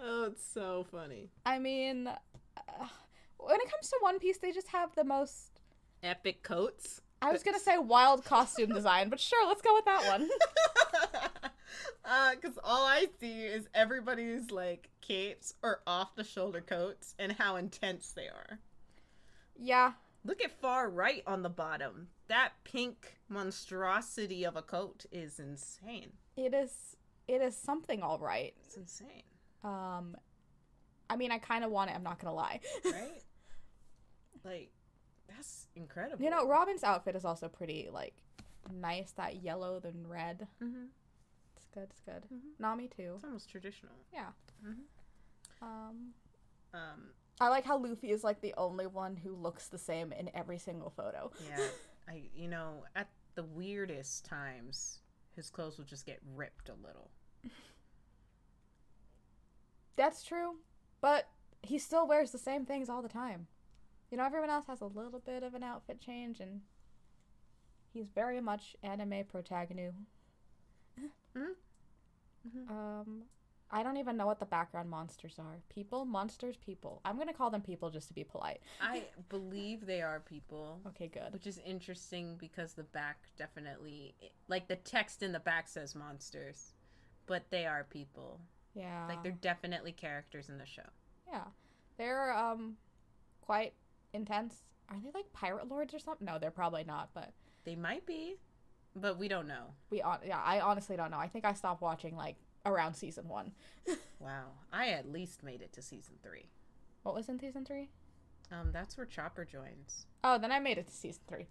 Speaker 2: Oh, it's so funny.
Speaker 1: I mean, uh, when it comes to One Piece, they just have the most.
Speaker 2: Epic coats.
Speaker 1: I was gonna say wild costume design, but sure, let's go with that one.
Speaker 2: Because Uh, all I see is everybody's like capes or off the shoulder coats and how intense they are.
Speaker 1: Yeah,
Speaker 2: Look at far right on the bottom. That pink monstrosity of a coat is insane.
Speaker 1: it is. It is something, all right.
Speaker 2: It's insane,
Speaker 1: Um, I mean, I kind of want it. I'm not gonna lie.
Speaker 2: right? like, that's incredible.
Speaker 1: You know, Robin's outfit is also pretty like nice. That yellow, then red.
Speaker 2: Mhm.
Speaker 1: It's good. It's good.
Speaker 2: Mhm.
Speaker 1: Nami too.
Speaker 2: it's almost traditional.
Speaker 1: Yeah.
Speaker 2: Mhm.
Speaker 1: Um,
Speaker 2: Um,
Speaker 1: I like how Luffy is like the only one who looks the same in every single photo.
Speaker 2: yeah, I you know at the weirdest times his clothes will just get ripped a little.
Speaker 1: That's true, but he still wears the same things all the time. You know, everyone else has a little bit of an outfit change, and he's very much anime protagonist.
Speaker 2: Mhm. Mhm.
Speaker 1: Um, I don't even know what the background monsters are. People, monsters, people. I'm gonna call them people just to be polite.
Speaker 2: I believe they are people,
Speaker 1: Okay, good.
Speaker 2: which is interesting because the back definitely like the text in the back says monsters, but they are people.
Speaker 1: Yeah,
Speaker 2: Like they're definitely characters in the show.
Speaker 1: yeah, they're um quite intense. Are they like pirate lords or something? No, they're probably not. But
Speaker 2: They might be, but we don't know.
Speaker 1: we on yeah, I honestly don't know. I think I stopped watching like around season one.
Speaker 2: Wow, I at least made it to season three.
Speaker 1: What was in season three?
Speaker 2: Um, that's where Chopper joins.
Speaker 1: Oh, then I made it to season three.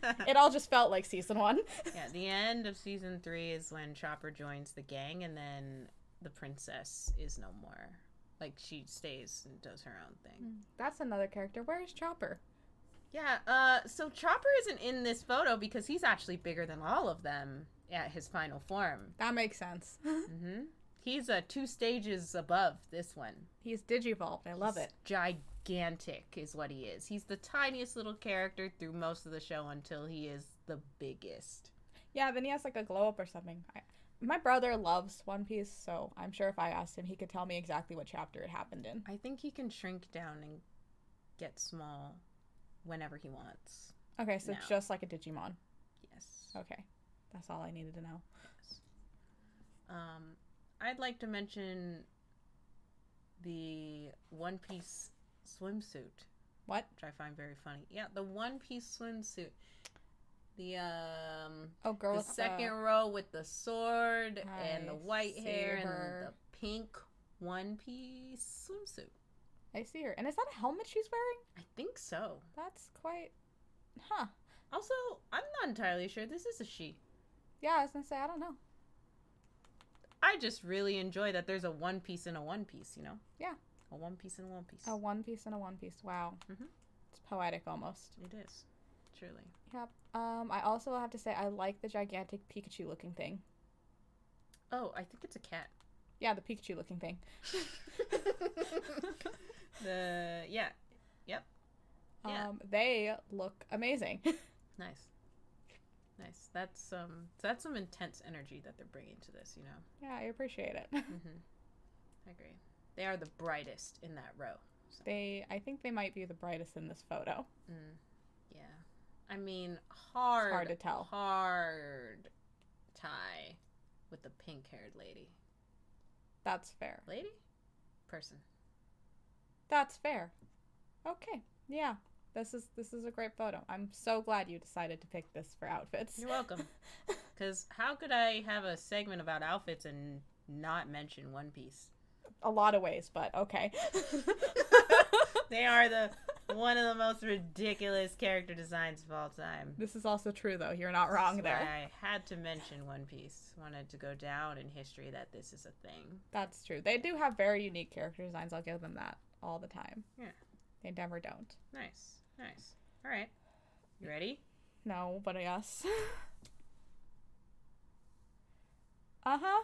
Speaker 2: Uh,
Speaker 1: It all just felt like season one.
Speaker 2: Yeah, the end of season three is when Chopper joins the gang, and then the princess is no more. Like she stays and does her own thing.
Speaker 1: Hmm, That's another character. Where is Chopper?
Speaker 2: Yeah. Uh. So Chopper isn't in this photo because he's actually bigger than all of them at his final form.
Speaker 1: That makes sense.
Speaker 2: hmm He's uh, two stages above this one.
Speaker 1: He's digivolved. I love
Speaker 2: He's
Speaker 1: it.
Speaker 2: Gigantic is what he is. He's the tiniest little character through most of the show until he is the biggest.
Speaker 1: Yeah, then he has like a glow up or something. I, my brother loves One Piece, so I'm sure if I asked him, he could tell me exactly what chapter it happened in.
Speaker 2: I think he can shrink down and get small whenever he wants.
Speaker 1: Okay, so
Speaker 2: No.
Speaker 1: just like a Digimon.
Speaker 2: Yes.
Speaker 1: Okay, that's all I needed to know.
Speaker 2: Um, I'd like to mention the One Piece swimsuit,
Speaker 1: What?
Speaker 2: which I find very funny. Yeah, the One Piece swimsuit. The um
Speaker 1: Oh, girl,
Speaker 2: the
Speaker 1: with
Speaker 2: second row with the sword and
Speaker 1: I
Speaker 2: the white
Speaker 1: see
Speaker 2: hair and
Speaker 1: her.
Speaker 2: the pink One Piece swimsuit.
Speaker 1: I see her, and is that a helmet she's wearing?
Speaker 2: I think so.
Speaker 1: That's quite, huh?
Speaker 2: Also, I'm not entirely sure this is a she.
Speaker 1: Yeah, I was gonna say I don't know.
Speaker 2: I just really enjoy that there's a one piece and a one piece, you know?
Speaker 1: Yeah.
Speaker 2: A one piece and a one piece.
Speaker 1: A one piece and a one piece. Wow.
Speaker 2: Mhm.
Speaker 1: It's poetic almost.
Speaker 2: It is. Truly.
Speaker 1: Yep. Um, I also have to say I like the gigantic Pikachu looking thing.
Speaker 2: Oh, I think it's a cat.
Speaker 1: Yeah, the Pikachu looking thing.
Speaker 2: the yeah, yep, Yeah.
Speaker 1: Um, they look amazing.
Speaker 2: nice, nice. That's um, so that's some intense energy that they're bringing to this. You know,
Speaker 1: yeah, I appreciate it.
Speaker 2: mm-hmm. I agree. They are the brightest in that row. So,
Speaker 1: They, I think they might be the brightest in this photo.
Speaker 2: mm, yeah, I mean, hard,
Speaker 1: to tell.
Speaker 2: hard tie with the pink-haired lady,
Speaker 1: That's fair.
Speaker 2: lady, person.
Speaker 1: That's fair. Okay. Yeah. This is this is a great photo. I'm so glad you decided to pick this for outfits.
Speaker 2: You're welcome. Because how could I have a segment about outfits and not mention One Piece?
Speaker 1: A lot of ways, but okay.
Speaker 2: They are the one of the most ridiculous character designs of all time.
Speaker 1: this is also true though. You're not wrong
Speaker 2: That's why I
Speaker 1: there.
Speaker 2: had to mention One Piece. Wanted to go down in history that this is a thing.
Speaker 1: That's true. They do have very unique character designs. I'll give them that all the time.
Speaker 2: Yeah.
Speaker 1: They never don't.
Speaker 2: Nice, nice. All right, you ready?
Speaker 1: No, but yes. uh huh.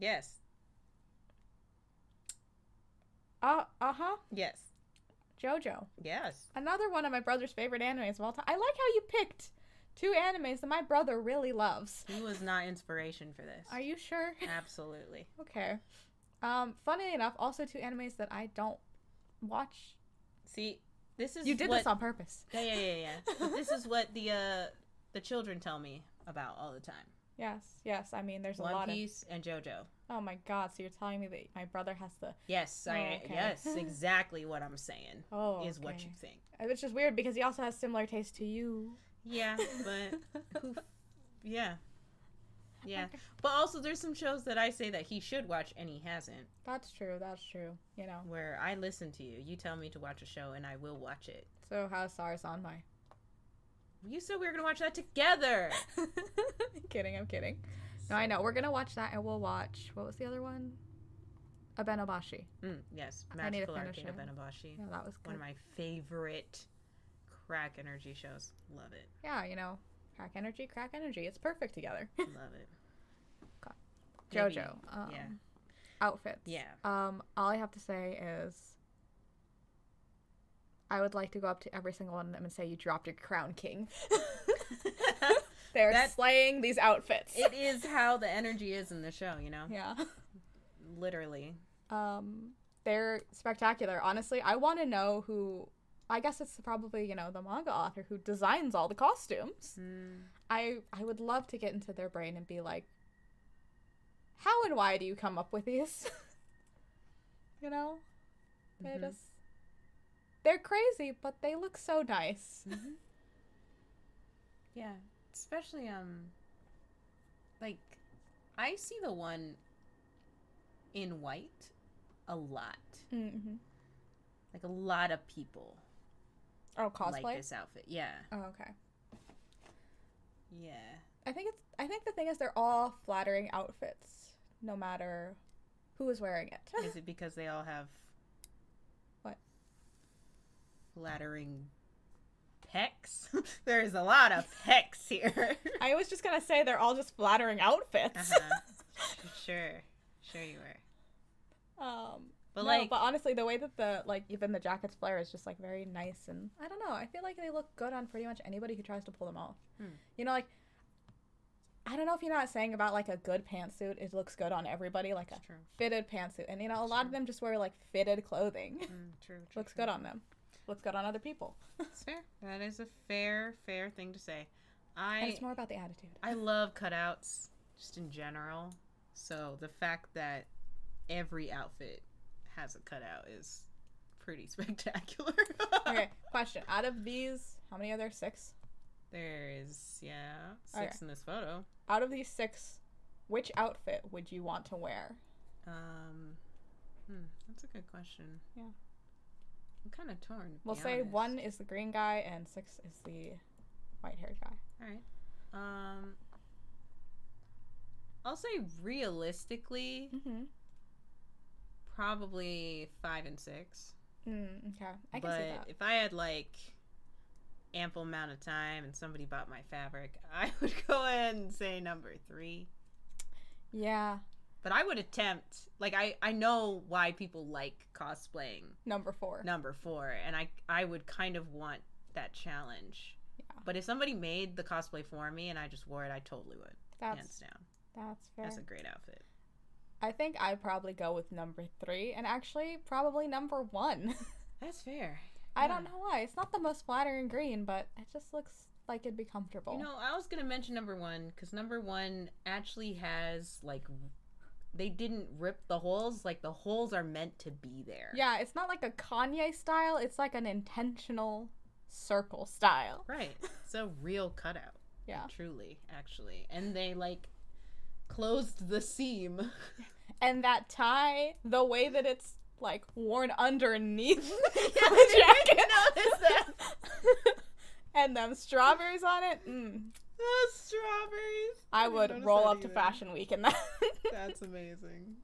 Speaker 2: Yes,
Speaker 1: Uh uh huh.
Speaker 2: yes,
Speaker 1: JoJo.
Speaker 2: yes.
Speaker 1: Another one of my brother's favorite animes of all time. I like how you picked two animes that my brother really loves.
Speaker 2: He was not inspiration for this.
Speaker 1: Are you sure?
Speaker 2: Absolutely.
Speaker 1: okay. Um, funnily enough, also two animes that I don't watch.
Speaker 2: See, this is
Speaker 1: You did
Speaker 2: what
Speaker 1: this on purpose.
Speaker 2: Yeah, yeah, yeah, yeah. But this is what the uh, the children tell me about all the time.
Speaker 1: Yes, yes. I mean, there's a
Speaker 2: One
Speaker 1: lot
Speaker 2: Piece and JoJo.
Speaker 1: of. Oh my god! So you're telling me that my brother has to.
Speaker 2: Yes, I,
Speaker 1: Oh, okay.
Speaker 2: yes, exactly what I'm saying
Speaker 1: Oh,
Speaker 2: is what
Speaker 1: okay.
Speaker 2: you think.
Speaker 1: It's just weird because he also has similar taste to you.
Speaker 2: Yeah, but who, yeah, yeah.
Speaker 1: Okay.
Speaker 2: But also, there's some shows that I say that he should watch and he hasn't.
Speaker 1: That's true. That's true. You know.
Speaker 2: Where I listen to you, you tell me to watch a show and I will watch it.
Speaker 1: So how's SARS on my?
Speaker 2: You said we were gonna watch that together.
Speaker 1: kidding. I'm kidding. No, I know. We're gonna watch that, and we'll watch. What was the other one? Abenobashi.
Speaker 2: Mm, yes,
Speaker 1: I need to
Speaker 2: Magical
Speaker 1: finish
Speaker 2: Arcade of
Speaker 1: it.
Speaker 2: Benabashi.
Speaker 1: Yeah, that was
Speaker 2: One
Speaker 1: good.
Speaker 2: of my favorite crack energy shows. Love it.
Speaker 1: Yeah, you know, crack energy, crack energy. It's perfect together.
Speaker 2: Love it.
Speaker 1: God.
Speaker 2: Maybe-
Speaker 1: JoJo. Um,
Speaker 2: yeah.
Speaker 1: Outfits.
Speaker 2: Yeah.
Speaker 1: Um, all I have to say is, I would like to go up to every single one of them and say, "You dropped your crown, King." They're
Speaker 2: That-
Speaker 1: slaying these outfits.
Speaker 2: it is how the energy is in the show, you know?
Speaker 1: yeah.
Speaker 2: Literally.
Speaker 1: Um, they're spectacular. Honestly, I want to know who. I guess it's probably you know the manga author who designs all the costumes. I I would love to get into their brain and be like, how and why do you come up with these? you know, they
Speaker 2: Mhm.
Speaker 1: just they're crazy, but they look so nice.
Speaker 2: Yeah. Especially, um, like, I see the one in white a lot.
Speaker 1: Mm-hmm.
Speaker 2: Like, a lot of people
Speaker 1: Oh,
Speaker 2: like
Speaker 1: cosplay.
Speaker 2: this outfit. Yeah.
Speaker 1: oh, okay.
Speaker 2: Yeah.
Speaker 1: I think it's. I think the thing is they're all flattering outfits, no matter who is wearing it.
Speaker 2: Is it because they all have.
Speaker 1: What?
Speaker 2: Flattering pecs? There's a lot of pecs here.
Speaker 1: I was just gonna say they're all just flattering outfits.
Speaker 2: Uh-huh. sure. Sure you were.
Speaker 1: um,
Speaker 2: But,
Speaker 1: no,
Speaker 2: like,
Speaker 1: but honestly, the way that the like even the jackets flare is just like very nice, and I don't know. I feel like they look good on pretty much anybody who tries to pull them off.
Speaker 2: Hmm.
Speaker 1: You know, like I don't know if you're not saying about like a good pantsuit, it looks good on everybody, like a
Speaker 2: It's true.
Speaker 1: fitted pantsuit, and you know a lot of them just wear like fitted clothing.
Speaker 2: Mm, true, true.
Speaker 1: looks
Speaker 2: true.
Speaker 1: good on them. Looks good on other people,
Speaker 2: It's fair. That is a fair, fair thing to say.
Speaker 1: and
Speaker 2: I
Speaker 1: it's more about the attitude.
Speaker 2: I love cutouts just in general. So the fact that every outfit has a cutout is pretty spectacular.
Speaker 1: okay, question. Out of these, how many are there? Six.
Speaker 2: There is yeah six
Speaker 1: Okay.
Speaker 2: in this photo.
Speaker 1: Out of these six, which outfit would you want to wear?
Speaker 2: Um, hmm, that's a good question.
Speaker 1: Yeah.
Speaker 2: I'm kind of torn. to
Speaker 1: We'll
Speaker 2: be
Speaker 1: say
Speaker 2: honest.
Speaker 1: one is the green guy and six is the white haired guy.
Speaker 2: All right. Um, I'll say realistically,
Speaker 1: Mm-hmm. probably
Speaker 2: probably five and six.
Speaker 1: Mm, okay, I can
Speaker 2: but
Speaker 1: see that.
Speaker 2: if I had like ample amount of time and somebody bought my fabric, I would go ahead and say number three.
Speaker 1: Yeah.
Speaker 2: But I would attempt, like, I, I know why people like cosplaying
Speaker 1: Number four.
Speaker 2: number four, and I, I would kind of want that challenge.
Speaker 1: Yeah.
Speaker 2: But if somebody made the cosplay for me and I just wore it, I totally would. hands
Speaker 1: that's
Speaker 2: down.
Speaker 1: that's fair.
Speaker 2: That's a great outfit.
Speaker 1: I think I probably go with number three, and actually probably number one.
Speaker 2: That's fair.
Speaker 1: I don't
Speaker 2: Yeah.
Speaker 1: know why. It's not the most flattering green, but it just looks like it'd be comfortable.
Speaker 2: You know, I was gonna mention number one because number one actually has like they didn't rip the holes; like the holes are meant to be there.
Speaker 1: yeah, it's not like a Kanye style. It's like an intentional circle style.
Speaker 2: right. It's a real cutout,
Speaker 1: Yeah,
Speaker 2: truly, actually, and they like closed the seam.
Speaker 1: and that tie, the way that it's like worn underneath
Speaker 2: Yeah,
Speaker 1: the
Speaker 2: I
Speaker 1: jacket,
Speaker 2: noticed that.
Speaker 1: and them strawberries on it. Mm,
Speaker 2: Those strawberries.
Speaker 1: I
Speaker 2: didn't
Speaker 1: would
Speaker 2: notice
Speaker 1: roll
Speaker 2: that
Speaker 1: up to
Speaker 2: either.
Speaker 1: Fashion Week in that.
Speaker 2: That's amazing.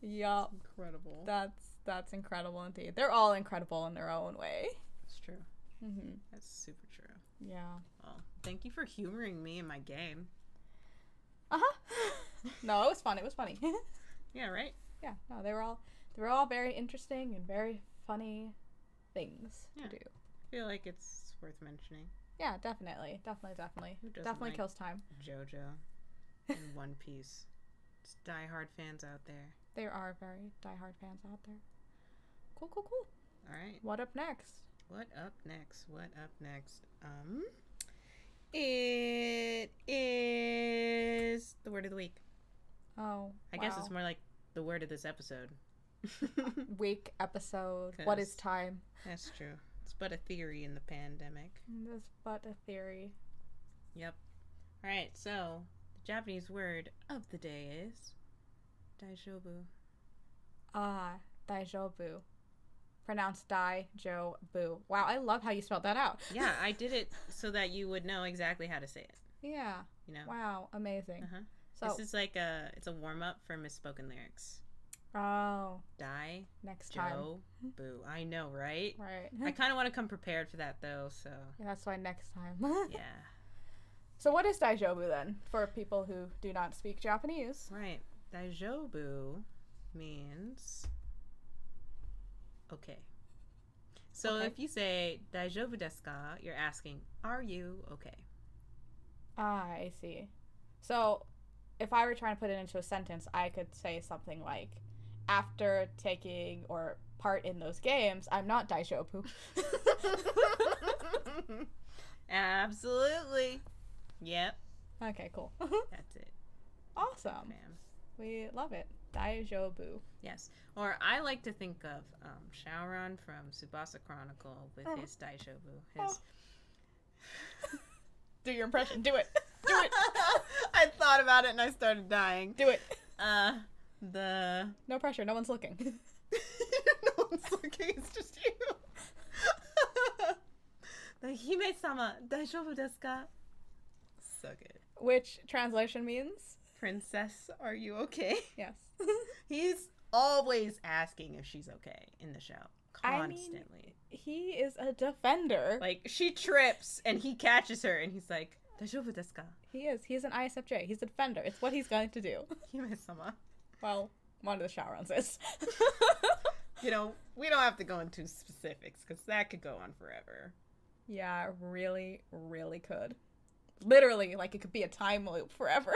Speaker 1: yup.
Speaker 2: Incredible.
Speaker 1: That's that's incredible indeed. They're all incredible in their own way.
Speaker 2: That's true.
Speaker 1: Mm-hmm.
Speaker 2: That's super true.
Speaker 1: Yeah.
Speaker 2: Well, thank you for humoring me in my game.
Speaker 1: Uh huh. no, it was fun. It was funny.
Speaker 2: Yeah, right.
Speaker 1: yeah. No, they were all they were all very interesting and very funny things
Speaker 2: Yeah.
Speaker 1: to do.
Speaker 2: I feel like it's worth mentioning.
Speaker 1: Yeah, definitely, definitely, definitely,
Speaker 2: Who doesn't
Speaker 1: definitely
Speaker 2: like-
Speaker 1: kills time.
Speaker 2: JoJo and One Piece. It's diehard fans out there.
Speaker 1: There are very diehard fans out there. Cool, cool, cool.
Speaker 2: All right.
Speaker 1: What up next?
Speaker 2: What up next? What up next? Um, it is the word of the week.
Speaker 1: Oh,
Speaker 2: I guess it's
Speaker 1: wow.
Speaker 2: more like the word of this episode.
Speaker 1: week episode. What is
Speaker 2: Cause-
Speaker 1: time?
Speaker 2: That's true. It's but a theory in the pandemic.
Speaker 1: This is but a theory.
Speaker 2: Yep. All right. So the Japanese word of the day is daishobu.
Speaker 1: Ah, Daijobu. Pronounced Dai Jo Bu. Wow, I love how you spelled that out.
Speaker 2: Yeah, I did it so that you would know exactly how to say it.
Speaker 1: yeah.
Speaker 2: You know.
Speaker 1: Wow, amazing.
Speaker 2: Uh-huh.
Speaker 1: So,
Speaker 2: this is like a it's a warm up for misspoken lyrics.
Speaker 1: oh,
Speaker 2: Die,
Speaker 1: next time.
Speaker 2: Joe, boo. I know, right?
Speaker 1: Right.
Speaker 2: I kind of want to come prepared for that though. So
Speaker 1: That's why next time.
Speaker 2: yeah,
Speaker 1: So, what is Daijobu then for people who do not speak Japanese?
Speaker 2: right. Daijobu means okay. So
Speaker 1: Okay.
Speaker 2: if you say Daijobu desu ka, you're asking, are you okay?
Speaker 1: Ah, I see. So, if I were trying to put it into a sentence, I could say something like, after taking or part in those games, I'm not Daijobu.
Speaker 2: Absolutely. Yep,
Speaker 1: okay, cool.
Speaker 2: that's it,
Speaker 1: awesome.
Speaker 2: ma'am.
Speaker 1: We love it. Daijobu.
Speaker 2: Yes. Or I like to think of um, Shauron from Subasa Chronicle with
Speaker 1: Oh.
Speaker 2: his Daishobu.
Speaker 1: Oh.
Speaker 2: His...
Speaker 1: Do your impression. Do it. Do it.
Speaker 2: I thought about it and I started dying.
Speaker 1: Do it.
Speaker 2: Uh, the.
Speaker 1: No pressure. No one's looking.
Speaker 2: no one's looking, it's just you. the Hime sama, Daishobu desu ka? So good.
Speaker 1: Which translation means
Speaker 2: Princess, are you okay?
Speaker 1: yes.
Speaker 2: He's always asking if she's okay in the show.
Speaker 1: I mean-
Speaker 2: Constantly.
Speaker 1: he is a defender.
Speaker 2: Like she trips and he catches her and he's like, "Daijoubu desu ka?
Speaker 1: he is. He's an ISFJ. He's a defender. It's what he's going to do.
Speaker 2: Hime-sama."
Speaker 1: Well, one of the Chaurons is.
Speaker 2: You know, we don't have to go into specifics because that could go on forever.
Speaker 1: yeah, really, really could. Literally, like it could be a time loop forever.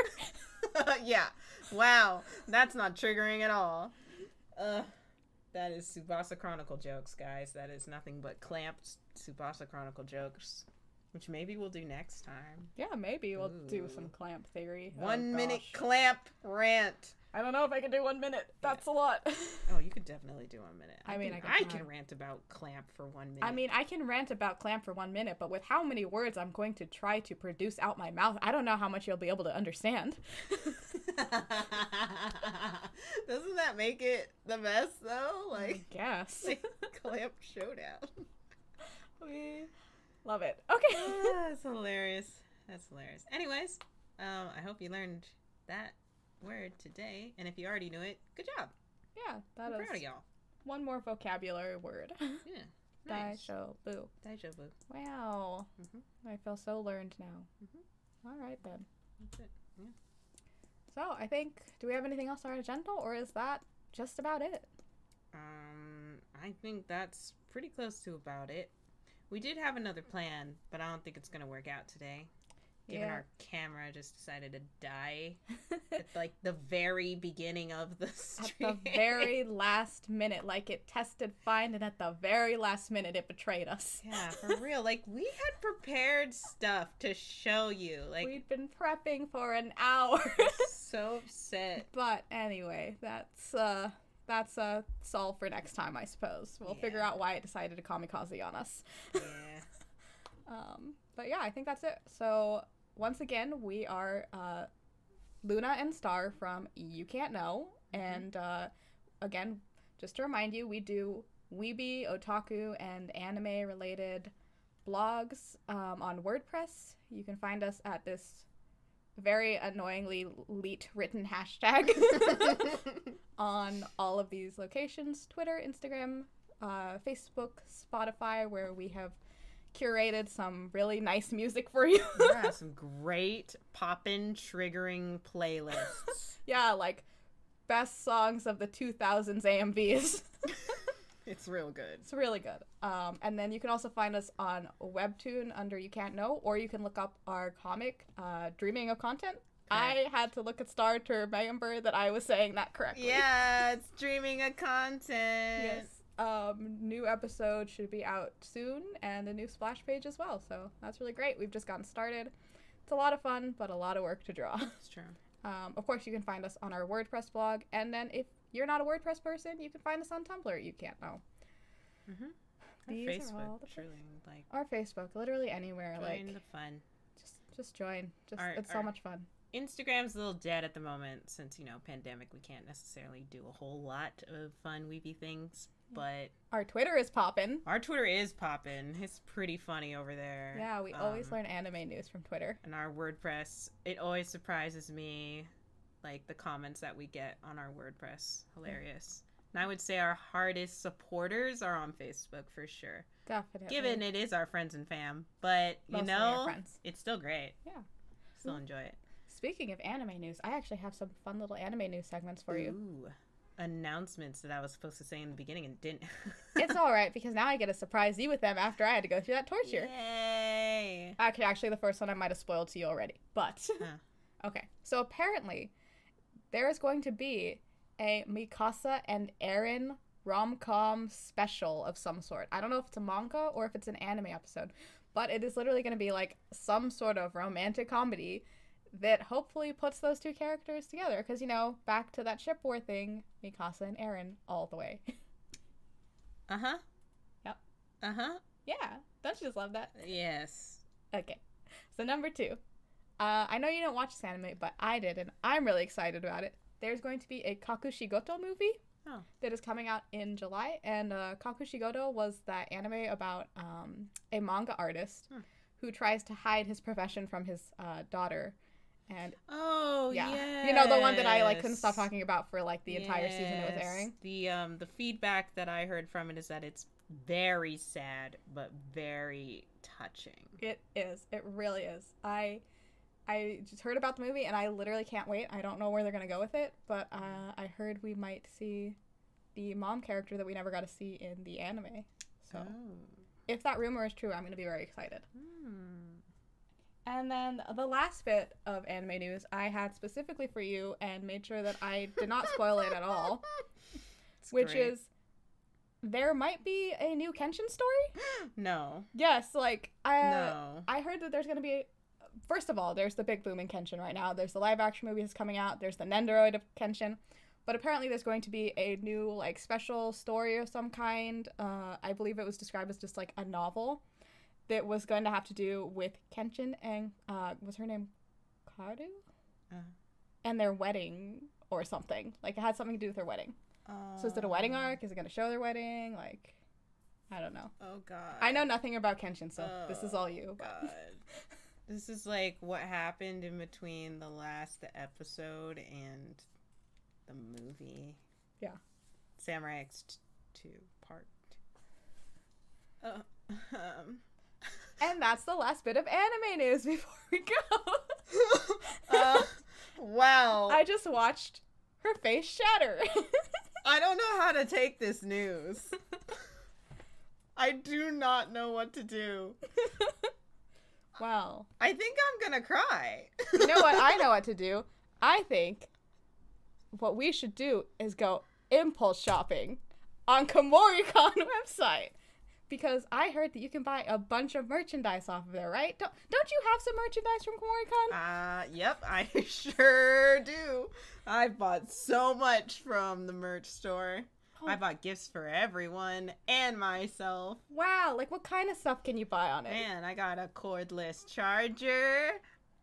Speaker 2: yeah. Wow. That's not triggering at all. Uh, that is Subasa Chronicle jokes, guys. That is nothing but clamped Subasa Chronicle jokes, which maybe we'll do next time.
Speaker 1: yeah, maybe we'll do some
Speaker 2: Ooh.
Speaker 1: clamp theory. Oh,
Speaker 2: One minute
Speaker 1: gosh.
Speaker 2: clamp rant.
Speaker 1: I don't know if I can do one minute. That's a lot.
Speaker 2: Oh, you could definitely do one minute.
Speaker 1: I mean,
Speaker 2: can,
Speaker 1: I
Speaker 2: I
Speaker 1: can
Speaker 2: can
Speaker 1: try.
Speaker 2: rant about clamp for one minute.
Speaker 1: I mean, I can rant about clamp for one minute, but with how many words I'm going to try to produce out my mouth, I don't know how much you'll be able to understand.
Speaker 2: Doesn't that make it the best though?
Speaker 1: Mm.
Speaker 2: Like,
Speaker 1: Guess.
Speaker 2: like clamp showdown.
Speaker 1: we love it. Okay.
Speaker 2: Ah, That's hilarious. That's hilarious. Anyways, um, I hope you learned that word today, and if you already knew it, good job.
Speaker 1: yeah, that
Speaker 2: I'm proud of
Speaker 1: is
Speaker 2: y'all.
Speaker 1: one more vocabulary word.
Speaker 2: Yeah, Nice.
Speaker 1: Daisho Boo.
Speaker 2: Deja vu.
Speaker 1: Wow.
Speaker 2: Mhm.
Speaker 1: I feel so learned now.
Speaker 2: Mm-hmm.
Speaker 1: All right then.
Speaker 2: That's it.
Speaker 1: So I think, do we have anything else on our agenda, or is that just about it?
Speaker 2: Um, I think that's pretty close to about it. We did have another plan, but I don't think it's gonna work out today. Given
Speaker 1: Yeah.
Speaker 2: our camera just decided to die at like the very beginning of the
Speaker 1: at
Speaker 2: stream.
Speaker 1: the very last minute, like it tested fine, and at the very last minute, it betrayed us.
Speaker 2: yeah, for real. Like we had prepared stuff to show you. Like
Speaker 1: We'd been prepping for an hour.
Speaker 2: so upset.
Speaker 1: but anyway, that's uh that's a solve for next time, I suppose. We'll figure
Speaker 2: Yeah.
Speaker 1: out why it decided to kamikaze on us.
Speaker 2: Yeah.
Speaker 1: Um, but yeah, I think that's it. So once again, we are uh, Luna and Star from You Can't Know, and uh, again, just to remind you, we do weeby, otaku, and anime-related blogs um, on WordPress. You can find us at this very annoyingly leet written hashtag on all of these locations: Twitter, Instagram, uh, Facebook, Spotify, where we have curated some really nice music for you.
Speaker 2: yeah, some great poppin' triggering playlists.
Speaker 1: yeah, like best songs of the 2000s AMVs.
Speaker 2: it's real good.
Speaker 1: it's really good. Um, and then you can also find us on Webtoon under You Can't Know, or you can look up our comic, uh, Dreaming of Content. I had to look at Star to remember that I was saying that correctly.
Speaker 2: Yeah, it's dreaming of content.
Speaker 1: Yes. Um, new episode should be out soon, and a new splash page as well. So that's really great. We've just gotten started. It's a lot of fun, but a lot of work to draw.
Speaker 2: It's true.
Speaker 1: Um, of course, you can find us on our WordPress blog, and then if you're not a WordPress person, you can find us on Tumblr. You can't know.
Speaker 2: Mhm.
Speaker 1: These are all the pla-
Speaker 2: truly, like,
Speaker 1: or Facebook, literally anywhere.
Speaker 2: join
Speaker 1: like,
Speaker 2: the fun.
Speaker 1: just just join. Just
Speaker 2: Our-
Speaker 1: it's
Speaker 2: our-
Speaker 1: so much fun.
Speaker 2: Instagram's a little dead at the moment since you know pandemic. We can't necessarily do a whole lot of fun weeby things, but
Speaker 1: Our Twitter is poppin'.
Speaker 2: our Twitter is popping. It's pretty funny over there.
Speaker 1: Yeah, we always
Speaker 2: Um,
Speaker 1: learn anime news from Twitter.
Speaker 2: And our WordPress, it always surprises me, like the comments that we get on our WordPress. Hilarious. And I would say our hardest supporters are on Facebook for sure.
Speaker 1: Definitely.
Speaker 2: given it is our friends and fam, but you
Speaker 1: Mostly our
Speaker 2: know,
Speaker 1: friends.
Speaker 2: it's still great.
Speaker 1: Yeah. Mm-hmm.
Speaker 2: Still enjoy it.
Speaker 1: Speaking of anime news, I actually have some fun little anime news segments for you.
Speaker 2: Ooh. Announcements that I was supposed to say in the beginning and didn't.
Speaker 1: it's all right because now I get to surprise you with them after I had to go through that torture.
Speaker 2: Yay.
Speaker 1: Okay, actually, the first one I might have spoiled to you already. But okay, so apparently, there is going to be a Mikasa and Eren rom com special of some sort. I don't know if it's a manga or if it's an anime episode, but it is literally going to be like some sort of romantic comedy that hopefully puts those two characters together. Because you know, back to that ship war thing, Mikasa and Eren all the way.
Speaker 2: Uh huh.
Speaker 1: Yep.
Speaker 2: Uh huh.
Speaker 1: yeah, don't you just love that?
Speaker 2: Yes.
Speaker 1: Okay. So number two, uh, I know you don't watch this anime, but I did, and I'm really excited about it. There's going to be a Kakushigoto movie
Speaker 2: Oh.
Speaker 1: that is coming out in July, and uh, Kakushigoto was that anime about um, a manga artist
Speaker 2: Hmm.
Speaker 1: who tries to hide his profession from his uh, daughter, and
Speaker 2: Oh
Speaker 1: yeah,
Speaker 2: yeah.
Speaker 1: you know the one that I like couldn't stop
Speaker 2: yes.
Speaker 1: talking about for like the entire season it was
Speaker 2: Yes.
Speaker 1: airing.
Speaker 2: The um the feedback that I heard from it is that it's very sad but very touching.
Speaker 1: It is. It really is. I I just heard about the movie and I literally can't wait. I don't know where they're gonna go with it, but uh, I heard we might see the mom character that we never got to see in the anime. So if that rumor is true, I'm gonna be very excited.
Speaker 2: Oh. Hmm.
Speaker 1: And then the last bit of anime news I had specifically for you and made sure that I did not spoil it at all,
Speaker 2: It's
Speaker 1: which
Speaker 2: great.
Speaker 1: is there might be a new Kenshin story.
Speaker 2: no,
Speaker 1: Yes, like I.
Speaker 2: no.
Speaker 1: I heard that there's going to be. First of all, there's the big boom in Kenshin right now. There's the live action movie that's coming out. There's the Nendoroid of Kenshin, but apparently there's going to be a new like special story of some kind. Uh, I believe it was described as just like a novel that was going to have to do with Kenshin and uh, was her name Karu
Speaker 2: Uh.
Speaker 1: and their wedding or something. Like it had something to do with their wedding. So is it a wedding
Speaker 2: Oh.
Speaker 1: arc? Is it going to show their wedding? Like, I don't know.
Speaker 2: Oh god.
Speaker 1: I know nothing about Kenshin, so this is
Speaker 2: Oh,
Speaker 1: all you. But.
Speaker 2: God. This is like what happened in between the last episode and the movie.
Speaker 1: Yeah.
Speaker 2: Samurai X 2 part. two. Uh, um,
Speaker 1: And that's the last bit of anime news before we go.
Speaker 2: uh, wow.
Speaker 1: I just watched her face shatter.
Speaker 2: I don't know how to take this news. I do not know what to do.
Speaker 1: wow.
Speaker 2: I think I'm gonna cry.
Speaker 1: You know what? I know what to do. I think what we should do is go impulse shopping on KomoriCon website because I heard that you can buy a bunch of merchandise off of there, right? Don't don't you have some merchandise from KomoriCon?
Speaker 2: Uh, yep, I sure do. I bought so much from the merch store.
Speaker 1: Oh,
Speaker 2: I bought gifts for everyone and myself.
Speaker 1: wow, like what kind of stuff can you buy on it?
Speaker 2: Man, I got a cordless charger.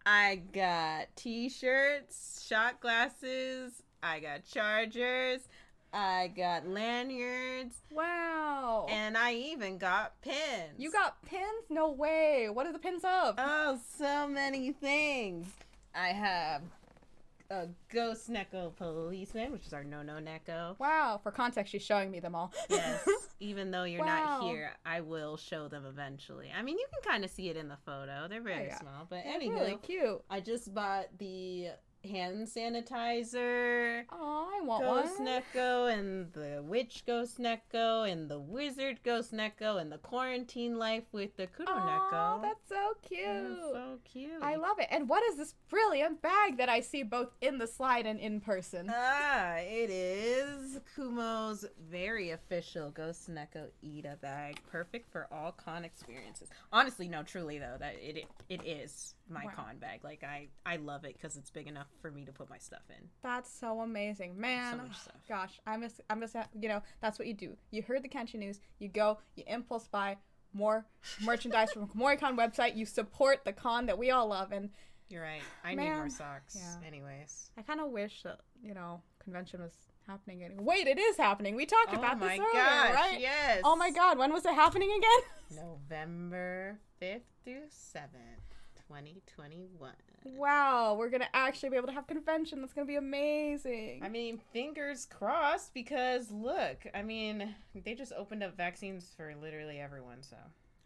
Speaker 2: I got t shirts, shot glasses. I got chargers. I got lanyards.
Speaker 1: Wow.
Speaker 2: And I even got pins.
Speaker 1: Oh. you got pins? No way. What are the pins of?
Speaker 2: Oh, so many things. I have a ghost Neko policeman, which is our no no Neko.
Speaker 1: wow. For context, she's showing me them all.
Speaker 2: Yes, even though you're not
Speaker 1: Wow.
Speaker 2: here, I will show them eventually. I mean, you can kind of see it in the photo. They're very
Speaker 1: Oh, yeah.
Speaker 2: small, but
Speaker 1: They're
Speaker 2: anywho,
Speaker 1: really cute.
Speaker 2: I just bought the hand sanitizer.
Speaker 1: Oh, I want
Speaker 2: Ghost
Speaker 1: one.
Speaker 2: Neko and the Witch Ghost Neko and the Wizard Ghost Neko and the Quarantine Life with the Kudo
Speaker 1: Oh,
Speaker 2: Neko.
Speaker 1: that's so cute.
Speaker 2: Yeah, so cute.
Speaker 1: I love it. And what is this brilliant bag that I see both in the slide and in person?
Speaker 2: Ah, it is Kumo's very official Ghost Neko Ida bag, perfect for all con experiences. Honestly, no, truly though, that it it is my
Speaker 1: Wow.
Speaker 2: con bag. Like I I love it because it's big enough for me to put my stuff in.
Speaker 1: That's so amazing, man.
Speaker 2: much stuff.
Speaker 1: Gosh, I'm just, I'm just, uh, you know, that's what you do. You heard the Kenshin news, you go, you impulse buy more merchandise from KomoriCon website. You support the con that we all love, and
Speaker 2: You're right. I need
Speaker 1: Man.
Speaker 2: more socks.
Speaker 1: Yeah.
Speaker 2: Anyways,
Speaker 1: I kind of wish that you know convention was happening. Anyway. Wait, it is happening. We
Speaker 2: Oh
Speaker 1: talked about this earlier, right?
Speaker 2: Yes.
Speaker 1: Oh my god, when was it happening again?
Speaker 2: November fifth through seventh, twenty twenty one.
Speaker 1: wow, we're gonna actually be able to have convention. That's gonna be amazing.
Speaker 2: I mean, fingers crossed because look, I mean, they just opened up vaccines for literally everyone, so.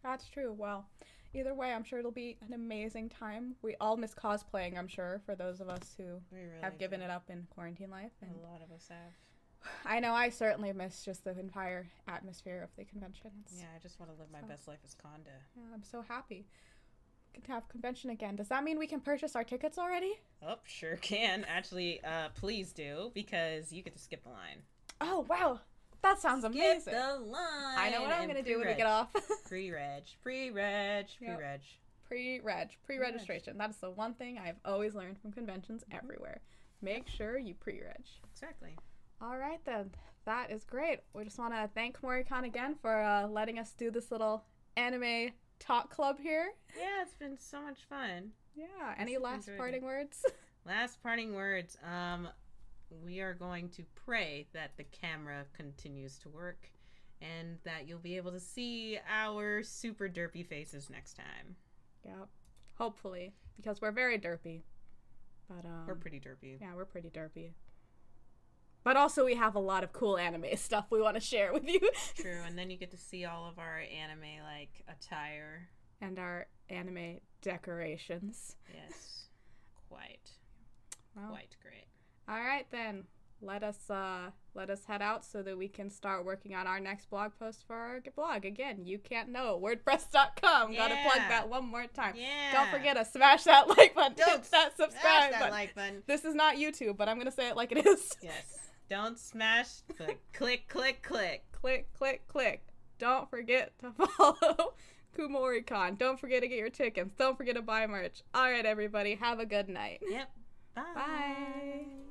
Speaker 1: That's true. Well, either way, I'm sure it'll be an amazing time. We all miss cosplaying, I'm sure, for those of us who
Speaker 2: We really
Speaker 1: have given it up in quarantine life. And
Speaker 2: A lot of us have.
Speaker 1: I know I certainly miss just the entire atmosphere of the convention. It's-
Speaker 2: Yeah, I just want to live my
Speaker 1: So-
Speaker 2: best life as Conda.
Speaker 1: yeah, I'm so happy. We can have convention again. Does that mean we can purchase our tickets already?
Speaker 2: Oh, sure can. Actually, uh, please do because you get to skip the line.
Speaker 1: Oh, wow. That sounds amazing.
Speaker 2: line.
Speaker 1: I know what I'm
Speaker 2: and
Speaker 1: going to do when we
Speaker 2: pre-reg.
Speaker 1: get off.
Speaker 2: Pre-reg, pre-reg,
Speaker 1: Yep.
Speaker 2: pre-reg.
Speaker 1: Pre reg, pre registration. That's the one thing I've always learned from conventions everywhere. Make sure you pre reg.
Speaker 2: Exactly.
Speaker 1: All right then, that is great. We just want to thank Morikon again for uh, letting us do this little anime talk club here.
Speaker 2: Yeah, it's been so much fun.
Speaker 1: Yeah. Any
Speaker 2: Yes,
Speaker 1: last
Speaker 2: enjoyed
Speaker 1: parting words?
Speaker 2: Last parting words. Um, we are going to pray that the camera continues to work and that you'll be able to see our super derpy faces next time.
Speaker 1: yeah. Hopefully, because we're very derpy. But um,
Speaker 2: We're pretty derpy.
Speaker 1: yeah, we're pretty derpy. But also, we have a lot of cool anime stuff we want to share with you,
Speaker 2: True. And then you get to see all of our anime like attire.
Speaker 1: and our anime decorations.
Speaker 2: Yes. Quite,
Speaker 1: Well,
Speaker 2: quite great.
Speaker 1: All right then. Let us uh let us head out so that we can start working on our next blog post for our blog. Again, you can't know wordpress.com. Got to plug
Speaker 2: Yeah.
Speaker 1: that one more time.
Speaker 2: Yeah.
Speaker 1: Don't forget to smash that like button,
Speaker 2: Don't
Speaker 1: hit that subscribe
Speaker 2: Smash that
Speaker 1: button.
Speaker 2: like button.
Speaker 1: This is not YouTube, but I'm going to say it like it is.
Speaker 2: Yes. Don't smash the click, click, click.
Speaker 1: click click click. Don't forget to follow KumoriCon. Don't forget to get your tickets. Don't forget to buy merch. All right everybody, have a good night.
Speaker 2: Yep. Bye.
Speaker 1: Bye.